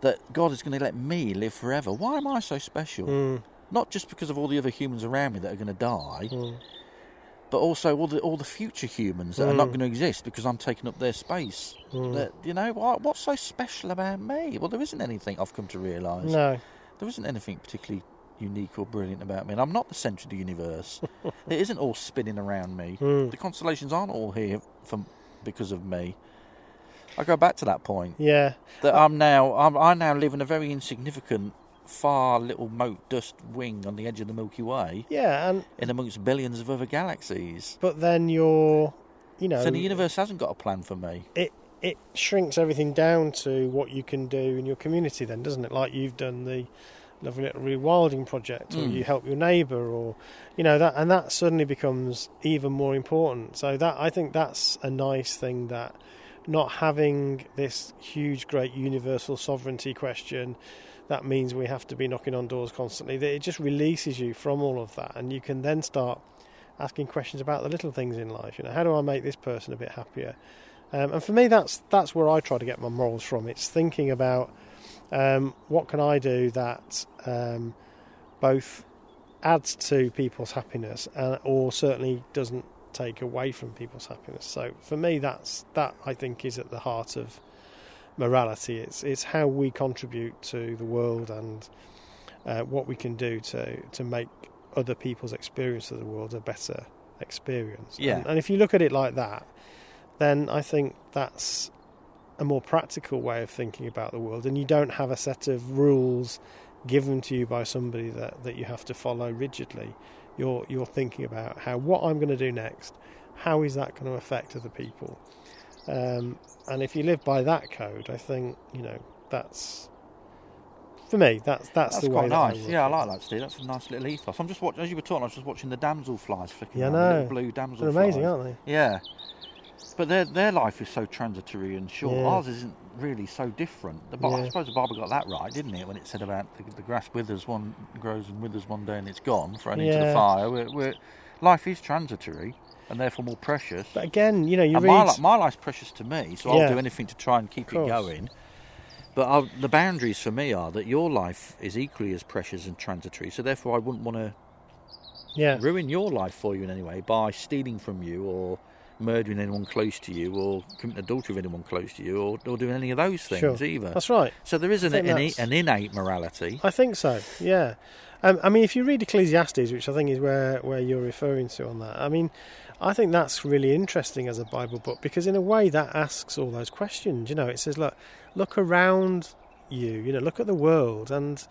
Speaker 3: that God is going to let me live forever? Why am I so special?"
Speaker 2: Hmm,
Speaker 3: not just because of all the other humans around me that are going to die,
Speaker 2: hmm.
Speaker 3: but also all the all the future humans that are not
Speaker 2: Mm.
Speaker 3: going to exist because I'm taking up their space.
Speaker 2: Mm.
Speaker 3: That you know, what, what's so special about me? Well, there isn't anything I've come to realise.
Speaker 2: No.
Speaker 3: There isn't anything particularly unique or brilliant about me, and I'm not the centre of the universe. it isn't all spinning around me.
Speaker 2: Mm.
Speaker 3: The constellations aren't all here from because of me. I go back to that point
Speaker 2: Yeah.
Speaker 3: that I'm now I'm, I now live in a very insignificant, far little mote dust wing on the edge of the Milky Way
Speaker 2: Yeah. And
Speaker 3: in amongst billions of other galaxies.
Speaker 2: but then you're, you know,
Speaker 3: So the universe hasn't got a plan for me.
Speaker 2: it it shrinks everything down to what you can do in your community, then, doesn't it? Like you've done the lovely little rewilding project, or
Speaker 3: Mm.
Speaker 2: you help your neighbour, or you know that, and that suddenly becomes even more important. So that I think that's a nice thing that not having this huge, great universal sovereignty question, that means we have to be knocking on doors constantly. That It just releases you from all of that, and you can then start asking questions about the little things in life. You know, how do I make this person a bit happier? Um, and for me, that's that's where I try to get my morals from. It's thinking about um, what can I do that um, both adds to people's happiness and, or certainly doesn't take away from people's happiness. So for me, that's that I think is at the heart of morality. It's it's how we contribute to the world and uh, what we can do to to make other people's experience of the world a better experience.
Speaker 3: Yeah.
Speaker 2: And, and if you look at it like that, then I think that's a more practical way of thinking about the world, and you don't have a set of rules given to you by somebody that, that you have to follow rigidly. You're you're thinking about how what I'm going to do next, how is that going to affect other people, um, and if you live by that code, I think you know that's for me that's that's,
Speaker 3: That's
Speaker 2: the way.
Speaker 3: quite
Speaker 2: that I
Speaker 3: nice.
Speaker 2: work.
Speaker 3: Yeah, I like that, Steve. That's a nice little ethos. I'm just watching, as you were talking, I was just watching the damselflies flicking
Speaker 2: Yeah, I
Speaker 3: around, the
Speaker 2: know.
Speaker 3: little blue damselflies.
Speaker 2: They're amazing, aren't they?
Speaker 3: Yeah. But their their life is so transitory and short.
Speaker 2: Yeah.
Speaker 3: Ours isn't really so different. The Bi- I
Speaker 2: Yeah.
Speaker 3: suppose the Bible got that right, didn't it? When it said about the, the grass withers one grows and withers one day and it's gone, thrown into the
Speaker 2: Yeah.
Speaker 3: fire. We're, we're, life is transitory and therefore more precious.
Speaker 2: But again, you know, you
Speaker 3: and my,
Speaker 2: read
Speaker 3: li- my life's precious to me, so
Speaker 2: Yeah.
Speaker 3: I'll do anything to try and keep it
Speaker 2: course.
Speaker 3: going. But i the boundaries for me are that your life is equally as precious and transitory, so therefore I wouldn't want to
Speaker 2: yeah,
Speaker 3: ruin your life for you in any way by stealing from you or murdering anyone close to you or committing adultery with anyone close to you or, or doing any of those things
Speaker 2: sure,
Speaker 3: either.
Speaker 2: that's right.
Speaker 3: so there is an,
Speaker 2: I think
Speaker 3: an,
Speaker 2: that's-
Speaker 3: an innate morality.
Speaker 2: I think so. Yeah, um, I mean, if you read Ecclesiastes, which I think is where where you're referring to on that, I mean, I think that's really interesting as a Bible book because in a way that asks all those questions. You know, it says, look, look around you. You know, look at the world and.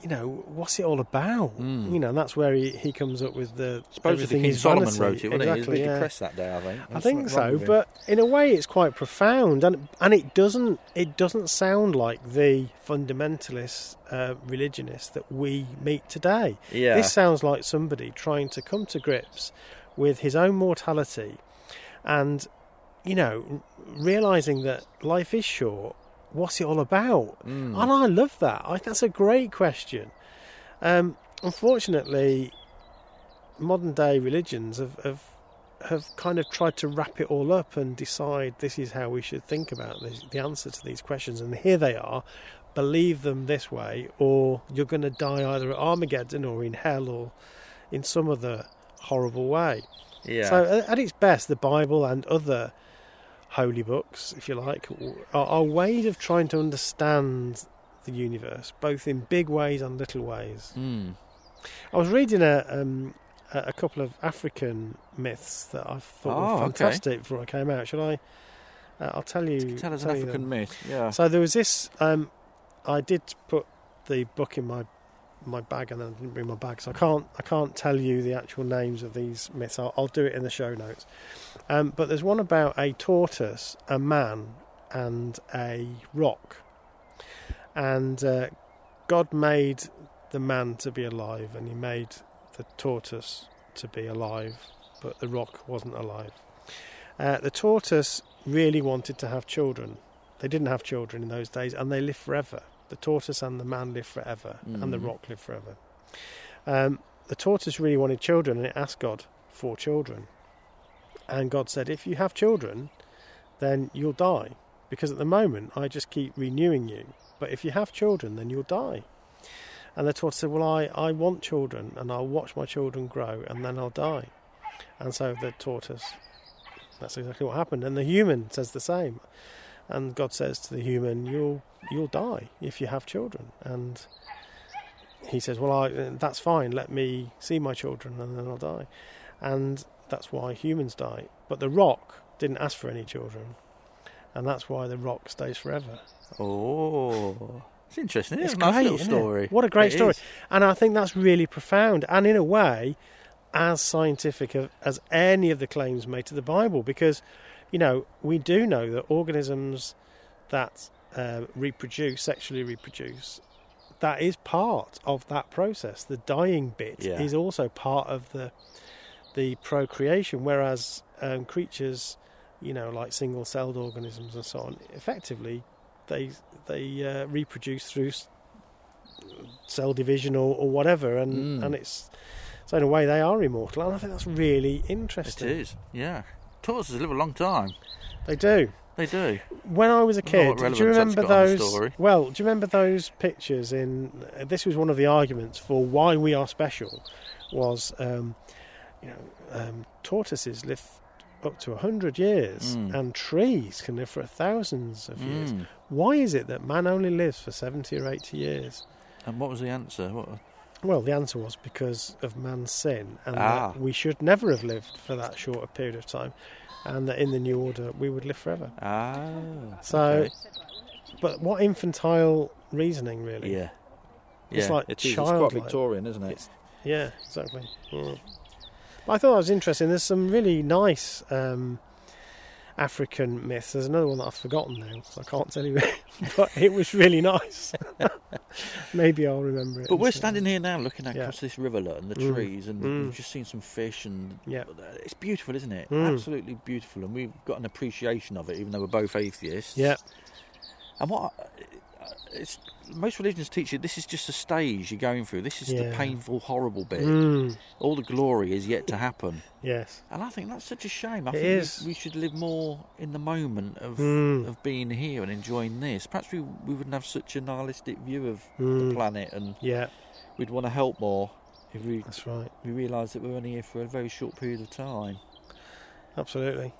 Speaker 2: You know what's it all about?
Speaker 3: Mm.
Speaker 2: You know, and that's where he, he comes up with the
Speaker 3: Supposedly
Speaker 2: everything
Speaker 3: King
Speaker 2: is
Speaker 3: Solomon
Speaker 2: vanity.
Speaker 3: wrote it, wasn't he? He was a
Speaker 2: exactly,
Speaker 3: bit
Speaker 2: yeah.
Speaker 3: depressed that day, I think.
Speaker 2: I
Speaker 3: There's
Speaker 2: think
Speaker 3: something wrong
Speaker 2: so,
Speaker 3: with him.
Speaker 2: but in a way, it's quite profound, and and it doesn't it doesn't sound like the fundamentalist uh, religionist that we meet today.
Speaker 3: yeah.
Speaker 2: This sounds like somebody trying to come to grips with his own mortality, and you know, realizing that life is short. What's it all about?
Speaker 3: Mm.
Speaker 2: And I love that. I, that's a great question. Um, unfortunately, modern day religions have, have have kind of tried to wrap it all up and decide this is how we should think about this, the answer to these questions. And here they are. Believe them this way, or you're going to die either at Armageddon or in hell or in some other horrible way.
Speaker 3: yeah.
Speaker 2: So, a- at its best, the Bible and other holy books, if you like, w- are, are ways of trying to understand the universe, both in big ways and little ways.
Speaker 3: Mm.
Speaker 2: I was reading a um, a a couple of African myths that I thought
Speaker 3: Oh,
Speaker 2: were
Speaker 3: okay.
Speaker 2: fantastic before I came out. Shall I? Uh, I'll tell you.
Speaker 3: Tell us an
Speaker 2: you them.
Speaker 3: African myth. Yeah.
Speaker 2: So there was this. Um, I did put the book in my my bag, and then I didn't bring my bag, so I can't I can't tell you the actual names of these myths. I'll, I'll do it in the show notes. Um, but there's one about a tortoise, a man, and a rock, and uh, God made the man to be alive, and He made the tortoise to be alive, but the rock wasn't alive. Uh, the tortoise really wanted to have children. They didn't have children in those days, and they live forever. The tortoise and the man live forever, and the
Speaker 3: Mhm.
Speaker 2: rock live forever. Um, the tortoise really wanted children, and it asked God for children. And God said, If you have children, then you'll die, because at the moment I just keep renewing you. But if you have children, then you'll die. And the tortoise said, Well, I, I want children, and I'll watch my children grow, and then I'll die. And so the tortoise, that's exactly what happened. And the human says the same. And God says to the human, You'll, you'll die if you have children. And he says, Well, I, that's fine, let me see my children, and then I'll die. And that's why humans die. But the rock didn't ask for any children. And that's why the rock stays forever.
Speaker 3: Oh. It's interesting.
Speaker 2: It's
Speaker 3: It's, a nice
Speaker 2: great,
Speaker 3: little
Speaker 2: isn't it?
Speaker 3: story.
Speaker 2: What a great
Speaker 3: It
Speaker 2: story.
Speaker 3: is.
Speaker 2: And I think that's really profound, and in a way, as scientific of- as any of the claims made to the Bible, because you know we do know that organisms that uh, reproduce, sexually reproduce, that is part of that process. The dying bit
Speaker 3: Yeah.
Speaker 2: is also part of the the procreation, whereas um, creatures you know, like single-celled organisms and so on, effectively, they they uh, reproduce through s- cell division or, or whatever, and
Speaker 3: Mm.
Speaker 2: and it's so in a way they are immortal, and I think that's really
Speaker 3: It
Speaker 2: interesting.
Speaker 3: is. Yeah. Tortoises live a long time.
Speaker 2: They do.
Speaker 3: They do.
Speaker 2: When I was a
Speaker 3: I don't know
Speaker 2: kid,
Speaker 3: what
Speaker 2: do you
Speaker 3: relevance that's
Speaker 2: remember
Speaker 3: got on the
Speaker 2: those?
Speaker 3: story.
Speaker 2: Well, do you remember those pictures? In uh, this was one of the arguments for why we are special, was um, you know um, tortoises live up to hundred years,
Speaker 3: Mm.
Speaker 2: and trees can live for thousands of years.
Speaker 3: Mm.
Speaker 2: Why is it that man only lives for seventy or eighty years?
Speaker 3: And what was the answer? What,
Speaker 2: Well, the answer was because of man's sin, and
Speaker 3: Ah.
Speaker 2: that we should never have lived for that short a period of time, and that in the new order we would live forever.
Speaker 3: ah.
Speaker 2: So,
Speaker 3: okay.
Speaker 2: But what infantile reasoning, really?
Speaker 3: yeah.
Speaker 2: It's
Speaker 3: yeah,
Speaker 2: like
Speaker 3: it is. It's quite
Speaker 2: childlike.
Speaker 3: Victorian, isn't it?
Speaker 2: Yeah, exactly. Yeah. But I thought that was interesting. There's some really nice um, African myths. There's another one that I've forgotten now, so I can't tell you. but it was really nice. Maybe I'll remember it.
Speaker 3: But we're
Speaker 2: instead.
Speaker 3: standing here now looking
Speaker 2: Yeah.
Speaker 3: across this rivulet and the
Speaker 2: Mm.
Speaker 3: trees, and
Speaker 2: Mm.
Speaker 3: we've just seen some fish, and
Speaker 2: Yeah.
Speaker 3: it's beautiful, isn't it?
Speaker 2: Mm.
Speaker 3: Absolutely beautiful, and we've got an appreciation of it, even though we're both atheists.
Speaker 2: Yeah,
Speaker 3: And what uh, it's most religions teach you this is just a stage you're going through. This is the
Speaker 2: Yeah.
Speaker 3: painful, horrible bit.
Speaker 2: Mm.
Speaker 3: All the glory is yet to happen.
Speaker 2: yes.
Speaker 3: And I think that's such a shame.
Speaker 2: It
Speaker 3: I think we-
Speaker 2: is.
Speaker 3: we should live more in the moment of
Speaker 2: Mm.
Speaker 3: of being here and enjoying this. Perhaps we we wouldn't have such a nihilistic view of the
Speaker 2: Mm.
Speaker 3: planet, and
Speaker 2: Yeah,
Speaker 3: we'd want to help more if we
Speaker 2: that's right.
Speaker 3: we realise that we're only here for a very short period of time.
Speaker 2: Absolutely.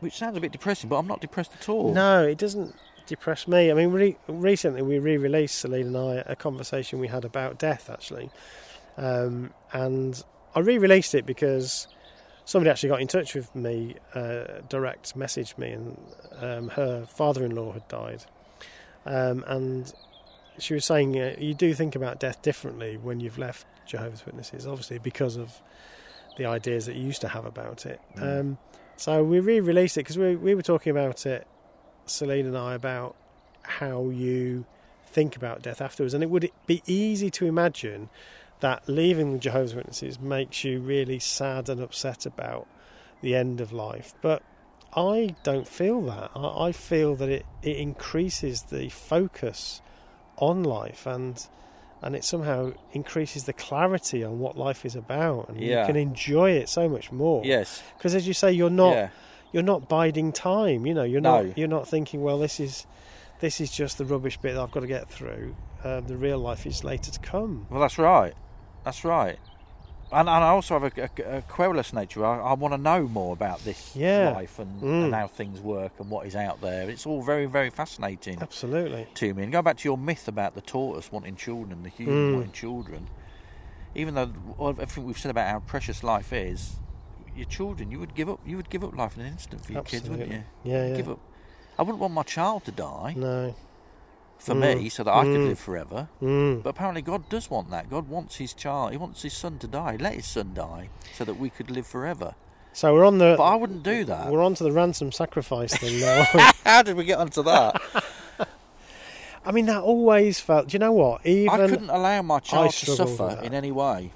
Speaker 3: Which sounds a bit depressing, but I'm not depressed at all.
Speaker 2: No, it doesn't depress me. I mean, re- recently we re-released Celine and I a conversation we had about death actually, um, and I re-released it because somebody actually got in touch with me, uh, direct messaged me, and um, her father-in-law had died, um, and she was saying uh, you do think about death differently when you've left Jehovah's Witnesses, obviously because of the ideas that you used to have about it.
Speaker 3: Mm.
Speaker 2: Um, so we re-released it because we we were talking about it Celine and I about how you think about death afterwards. And it would be easy to imagine that leaving the Jehovah's Witnesses makes you really sad and upset about the end of life. But I don't feel that. I, I feel that it, it increases the focus on life and and it somehow increases the clarity on what life is about and
Speaker 3: Yeah.
Speaker 2: you can enjoy it so much more.
Speaker 3: Yes.
Speaker 2: Because as you say, you're not
Speaker 3: yeah.
Speaker 2: you're not biding time. You know, you're
Speaker 3: No.
Speaker 2: not you're not thinking, well, this is this is just the rubbish bit that I've got to get through. Uh, the real life is later to come.
Speaker 3: Well, that's right. That's right. And, and I also have a, a- a querulous nature. I, I want to know more about this
Speaker 2: Yeah.
Speaker 3: life and,
Speaker 2: Mm.
Speaker 3: and how things work and what is out there. It's all very, very fascinating
Speaker 2: Absolutely.
Speaker 3: to me. And go back to your myth about the tortoise wanting children and the human
Speaker 2: Mm.
Speaker 3: wanting children. Even though all- everything we've said about how precious life is, your children, you would give up. You would give up life in an instant for your kids,
Speaker 2: Absolutely.
Speaker 3: wouldn't you?
Speaker 2: Yeah, yeah.
Speaker 3: Give up. I wouldn't want my child to die
Speaker 2: No.
Speaker 3: for
Speaker 2: Mm.
Speaker 3: me, so that I could
Speaker 2: Mm.
Speaker 3: live forever.
Speaker 2: Mm.
Speaker 3: But apparently, God does want that. God wants His child. He wants His son to die. Let His son die, so that we could live forever.
Speaker 2: So we're on
Speaker 3: But I
Speaker 2: the
Speaker 3: wouldn't do that.
Speaker 2: we're on to the ransom sacrifice thing now.
Speaker 3: How did we get onto that?
Speaker 2: I mean, that always felt. Do you know what?
Speaker 3: I
Speaker 2: Even
Speaker 3: couldn't allow my child to
Speaker 2: struggle with
Speaker 3: suffer
Speaker 2: that.
Speaker 3: in any way.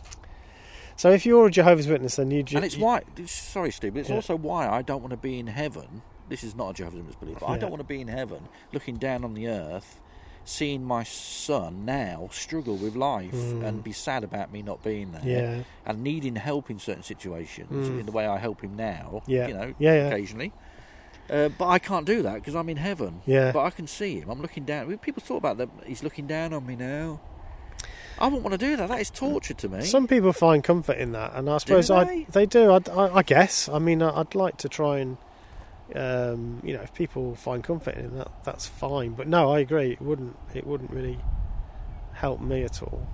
Speaker 2: so, if you're a Jehovah's Witness, then you. ju-
Speaker 3: And it's
Speaker 2: you-
Speaker 3: why. Sorry, Steve, but it's
Speaker 2: Yeah.
Speaker 3: also why I don't want to be in heaven. This is not a Jehovah's Witness belief, but I
Speaker 2: Yeah.
Speaker 3: don't want to be in heaven, looking down on the earth, seeing my son now struggle with life
Speaker 2: Mm.
Speaker 3: and be sad about me not being there.
Speaker 2: Yeah.
Speaker 3: and needing help in certain situations
Speaker 2: Mm.
Speaker 3: in the way I help him now.
Speaker 2: Yeah.
Speaker 3: You know,
Speaker 2: Yeah, yeah.
Speaker 3: occasionally. Uh, but I can't do that because I'm in heaven.
Speaker 2: Yeah.
Speaker 3: But I can see him. I'm looking down. People thought about that. He's looking down on me now. I wouldn't want to do that. That is torture to me.
Speaker 2: Some people find comfort in that, and I suppose
Speaker 3: they?
Speaker 2: I they do. I, I, I guess. I mean, I, I'd like to try and, um, you know, if people find comfort in that, that's fine. But no, I agree. It wouldn't. It wouldn't really help me at all.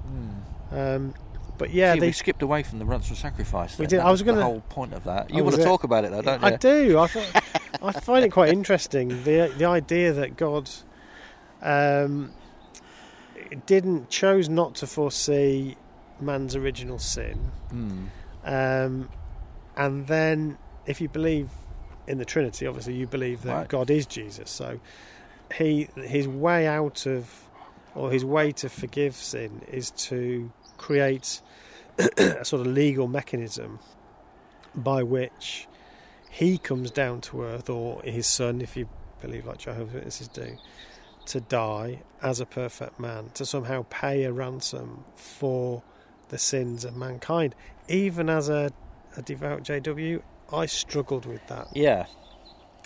Speaker 3: Mm.
Speaker 2: Um, but yeah,
Speaker 3: See,
Speaker 2: they,
Speaker 3: we skipped away from the ransom sacrifice.
Speaker 2: We
Speaker 3: then.
Speaker 2: did.
Speaker 3: That
Speaker 2: I was
Speaker 3: the
Speaker 2: gonna-
Speaker 3: whole point of that.
Speaker 2: I
Speaker 3: You want
Speaker 2: was
Speaker 3: to
Speaker 2: a-
Speaker 3: talk about it though, don't you?
Speaker 2: I do. I, thi- I find it quite interesting the the idea that God um, didn't chose not to foresee man's original sin.
Speaker 3: Mm.
Speaker 2: Um, and then, if you believe in the Trinity, obviously you believe that
Speaker 3: Right.
Speaker 2: God is Jesus. So he his way out of, or his way to forgive sin is to create a sort of legal mechanism by which he comes down to earth, or his son, if you believe like Jehovah's Witnesses do, to die as a perfect man, to somehow pay a ransom for the sins of mankind. Even as a, a devout JW, I struggled with that.
Speaker 3: Yeah.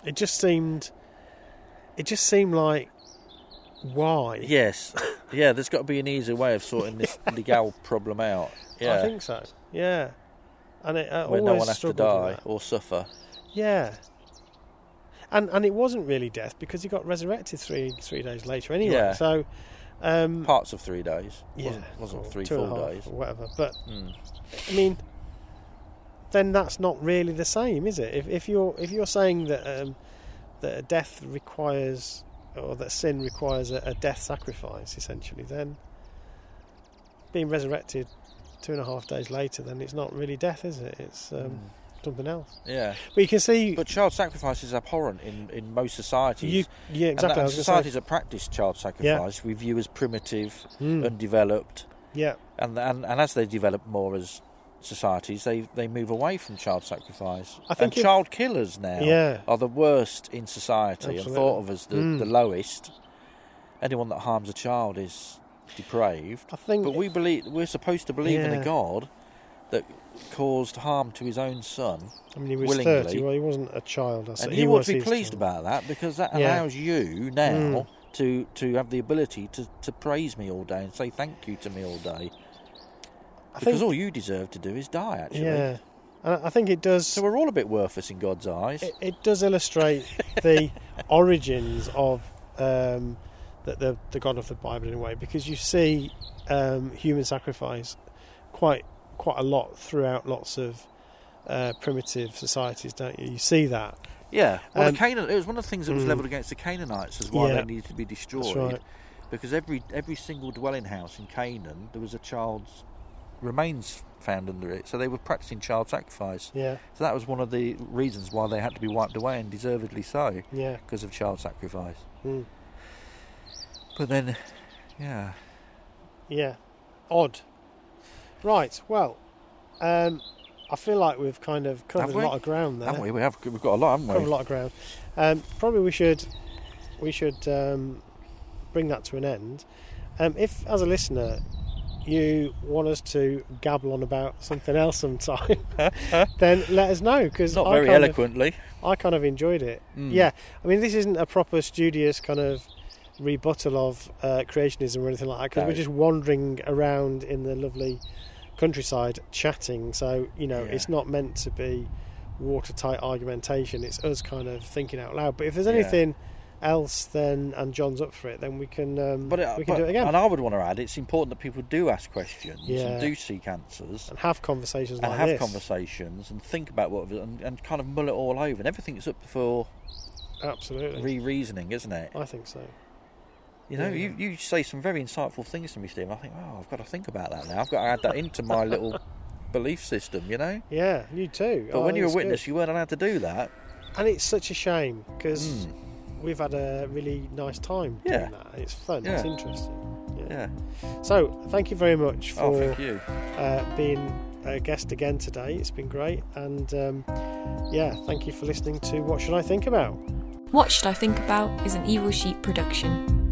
Speaker 2: It just seemed, it just seemed like, why?
Speaker 3: Yes. Yeah, there's got to be an easier way of sorting this legal problem out. Yeah.
Speaker 2: I think so. Yeah, and it I
Speaker 3: where
Speaker 2: always
Speaker 3: no one has to
Speaker 2: struggled with
Speaker 3: die
Speaker 2: that.
Speaker 3: or suffer.
Speaker 2: Yeah, and and it wasn't really death because he got resurrected three three days later anyway.
Speaker 3: Yeah.
Speaker 2: So, um,
Speaker 3: Parts of three days.
Speaker 2: yeah,
Speaker 3: Wasn't, wasn't
Speaker 2: or
Speaker 3: three,
Speaker 2: two and a
Speaker 3: full
Speaker 2: half
Speaker 3: days.
Speaker 2: or whatever. But
Speaker 3: Mm.
Speaker 2: I mean, then that's not really the same, is it? If if you're if you're saying that um, that a death requires or that sin requires a, a death sacrifice, essentially, then being resurrected two and a half days later, then it's not really death, is it? It's um,
Speaker 3: Mm.
Speaker 2: something else.
Speaker 3: Yeah.
Speaker 2: But you can see,
Speaker 3: But child sacrifice is abhorrent in, in most societies.
Speaker 2: you, yeah,
Speaker 3: And that-
Speaker 2: exactly. I
Speaker 3: And
Speaker 2: was gonna say-
Speaker 3: societies that practice child sacrifice we view as primitive,
Speaker 2: Mm,
Speaker 3: undeveloped,
Speaker 2: yeah,
Speaker 3: and, and and as they develop more as societies, they, they move away from child sacrifice.
Speaker 2: I think
Speaker 3: and
Speaker 2: if-
Speaker 3: child killers now
Speaker 2: yeah,
Speaker 3: are the worst in society and
Speaker 2: Absolutely.
Speaker 3: thought of as the,
Speaker 2: Mm.
Speaker 3: the lowest. Anyone that harms a child is depraved.
Speaker 2: I think.
Speaker 3: But we believe we're supposed to believe in
Speaker 2: Yeah.
Speaker 3: a God that caused harm to his own son,
Speaker 2: I mean, he was
Speaker 3: willingly-
Speaker 2: thirty. Well, he wasn't a child. I said.
Speaker 3: and
Speaker 2: he
Speaker 3: you ought
Speaker 2: was
Speaker 3: to be
Speaker 2: his
Speaker 3: pleased
Speaker 2: child.
Speaker 3: about that because that
Speaker 2: Yeah.
Speaker 3: allows you now
Speaker 2: Mm.
Speaker 3: to to have the ability to, to praise me all day and say thank you to me all day.
Speaker 2: I
Speaker 3: Because
Speaker 2: think,
Speaker 3: all you deserve to do is die, actually.
Speaker 2: yeah, and I I think it does.
Speaker 3: So we're all a bit worthless in God's eyes.
Speaker 2: It, it does illustrate the origins of um, the, the the God of the Bible in a way, because you see um, human sacrifice quite quite a lot throughout lots of uh, primitive societies, don't you? You see that.
Speaker 3: yeah. Well,
Speaker 2: um,
Speaker 3: the Canaan, it was one of the things that was
Speaker 2: Mm.
Speaker 3: levelled against the Canaanites as why
Speaker 2: Yeah.
Speaker 3: they needed to be destroyed.
Speaker 2: That's right.
Speaker 3: Because every every single dwelling house in Canaan, there was a child's remains found under it. So they were practicing child sacrifice.
Speaker 2: Yeah,
Speaker 3: So that was one of the reasons why they had to be wiped away, and deservedly so,
Speaker 2: yeah.
Speaker 3: because of child sacrifice.
Speaker 2: Mm.
Speaker 3: But then, yeah.
Speaker 2: Yeah, odd. Right. Well, um, I feel like we've kind of covered
Speaker 3: Have
Speaker 2: a
Speaker 3: we?
Speaker 2: lot of ground there.
Speaker 3: Haven't we? we have, we've got a lot, haven't we?
Speaker 2: Covered a lot of ground. Um, probably we should we should um, bring that to an end. Um, if, as a listener, you want us to gabble on about something else sometime, then let us know because
Speaker 3: Not
Speaker 2: I
Speaker 3: very
Speaker 2: kind
Speaker 3: eloquently.
Speaker 2: Of, I kind of enjoyed it.
Speaker 3: Mm.
Speaker 2: Yeah, I mean, this isn't a proper studious kind of rebuttal of uh, creationism or anything like that because
Speaker 3: No.
Speaker 2: we're just wandering around in the lovely countryside chatting. So you know,
Speaker 3: Yeah.
Speaker 2: it's not meant to be watertight argumentation. It's us kind of thinking out loud. But if there's
Speaker 3: Yeah.
Speaker 2: anything else, then and John's up for it, then we can um,
Speaker 3: But, it,
Speaker 2: we can
Speaker 3: but-
Speaker 2: do it again
Speaker 3: And I would want to add, it's important that people do ask questions
Speaker 2: Yeah.
Speaker 3: and do seek answers
Speaker 2: and have conversations
Speaker 3: and
Speaker 2: like
Speaker 3: have
Speaker 2: this.
Speaker 3: conversations and think about what and, and kind of mull it all over. And everything's up for
Speaker 2: Absolutely,
Speaker 3: re-reasoning, isn't it?
Speaker 2: I think so.
Speaker 3: You know,
Speaker 2: Yeah.
Speaker 3: you, you say some very insightful things to me, Steve. and I think, oh, I've got to think about that now. I've got to add that into my little belief system. You know.
Speaker 2: Yeah, you too.
Speaker 3: But
Speaker 2: I
Speaker 3: when
Speaker 2: think
Speaker 3: you're a
Speaker 2: it's good.
Speaker 3: witness, you weren't allowed to do that.
Speaker 2: and it's such a shame because.
Speaker 3: Mm,
Speaker 2: we've had a really nice time
Speaker 3: Yeah.
Speaker 2: doing that. It's fun.
Speaker 3: Yeah.
Speaker 2: It's interesting.
Speaker 3: yeah.
Speaker 2: So thank you very much
Speaker 3: Oh,
Speaker 2: for
Speaker 3: thank you.
Speaker 2: uh, being a guest again today. It's been great, and um, yeah, thank you for listening to What Should I Think About.
Speaker 1: What Should I Think About is an Evil Sheep production.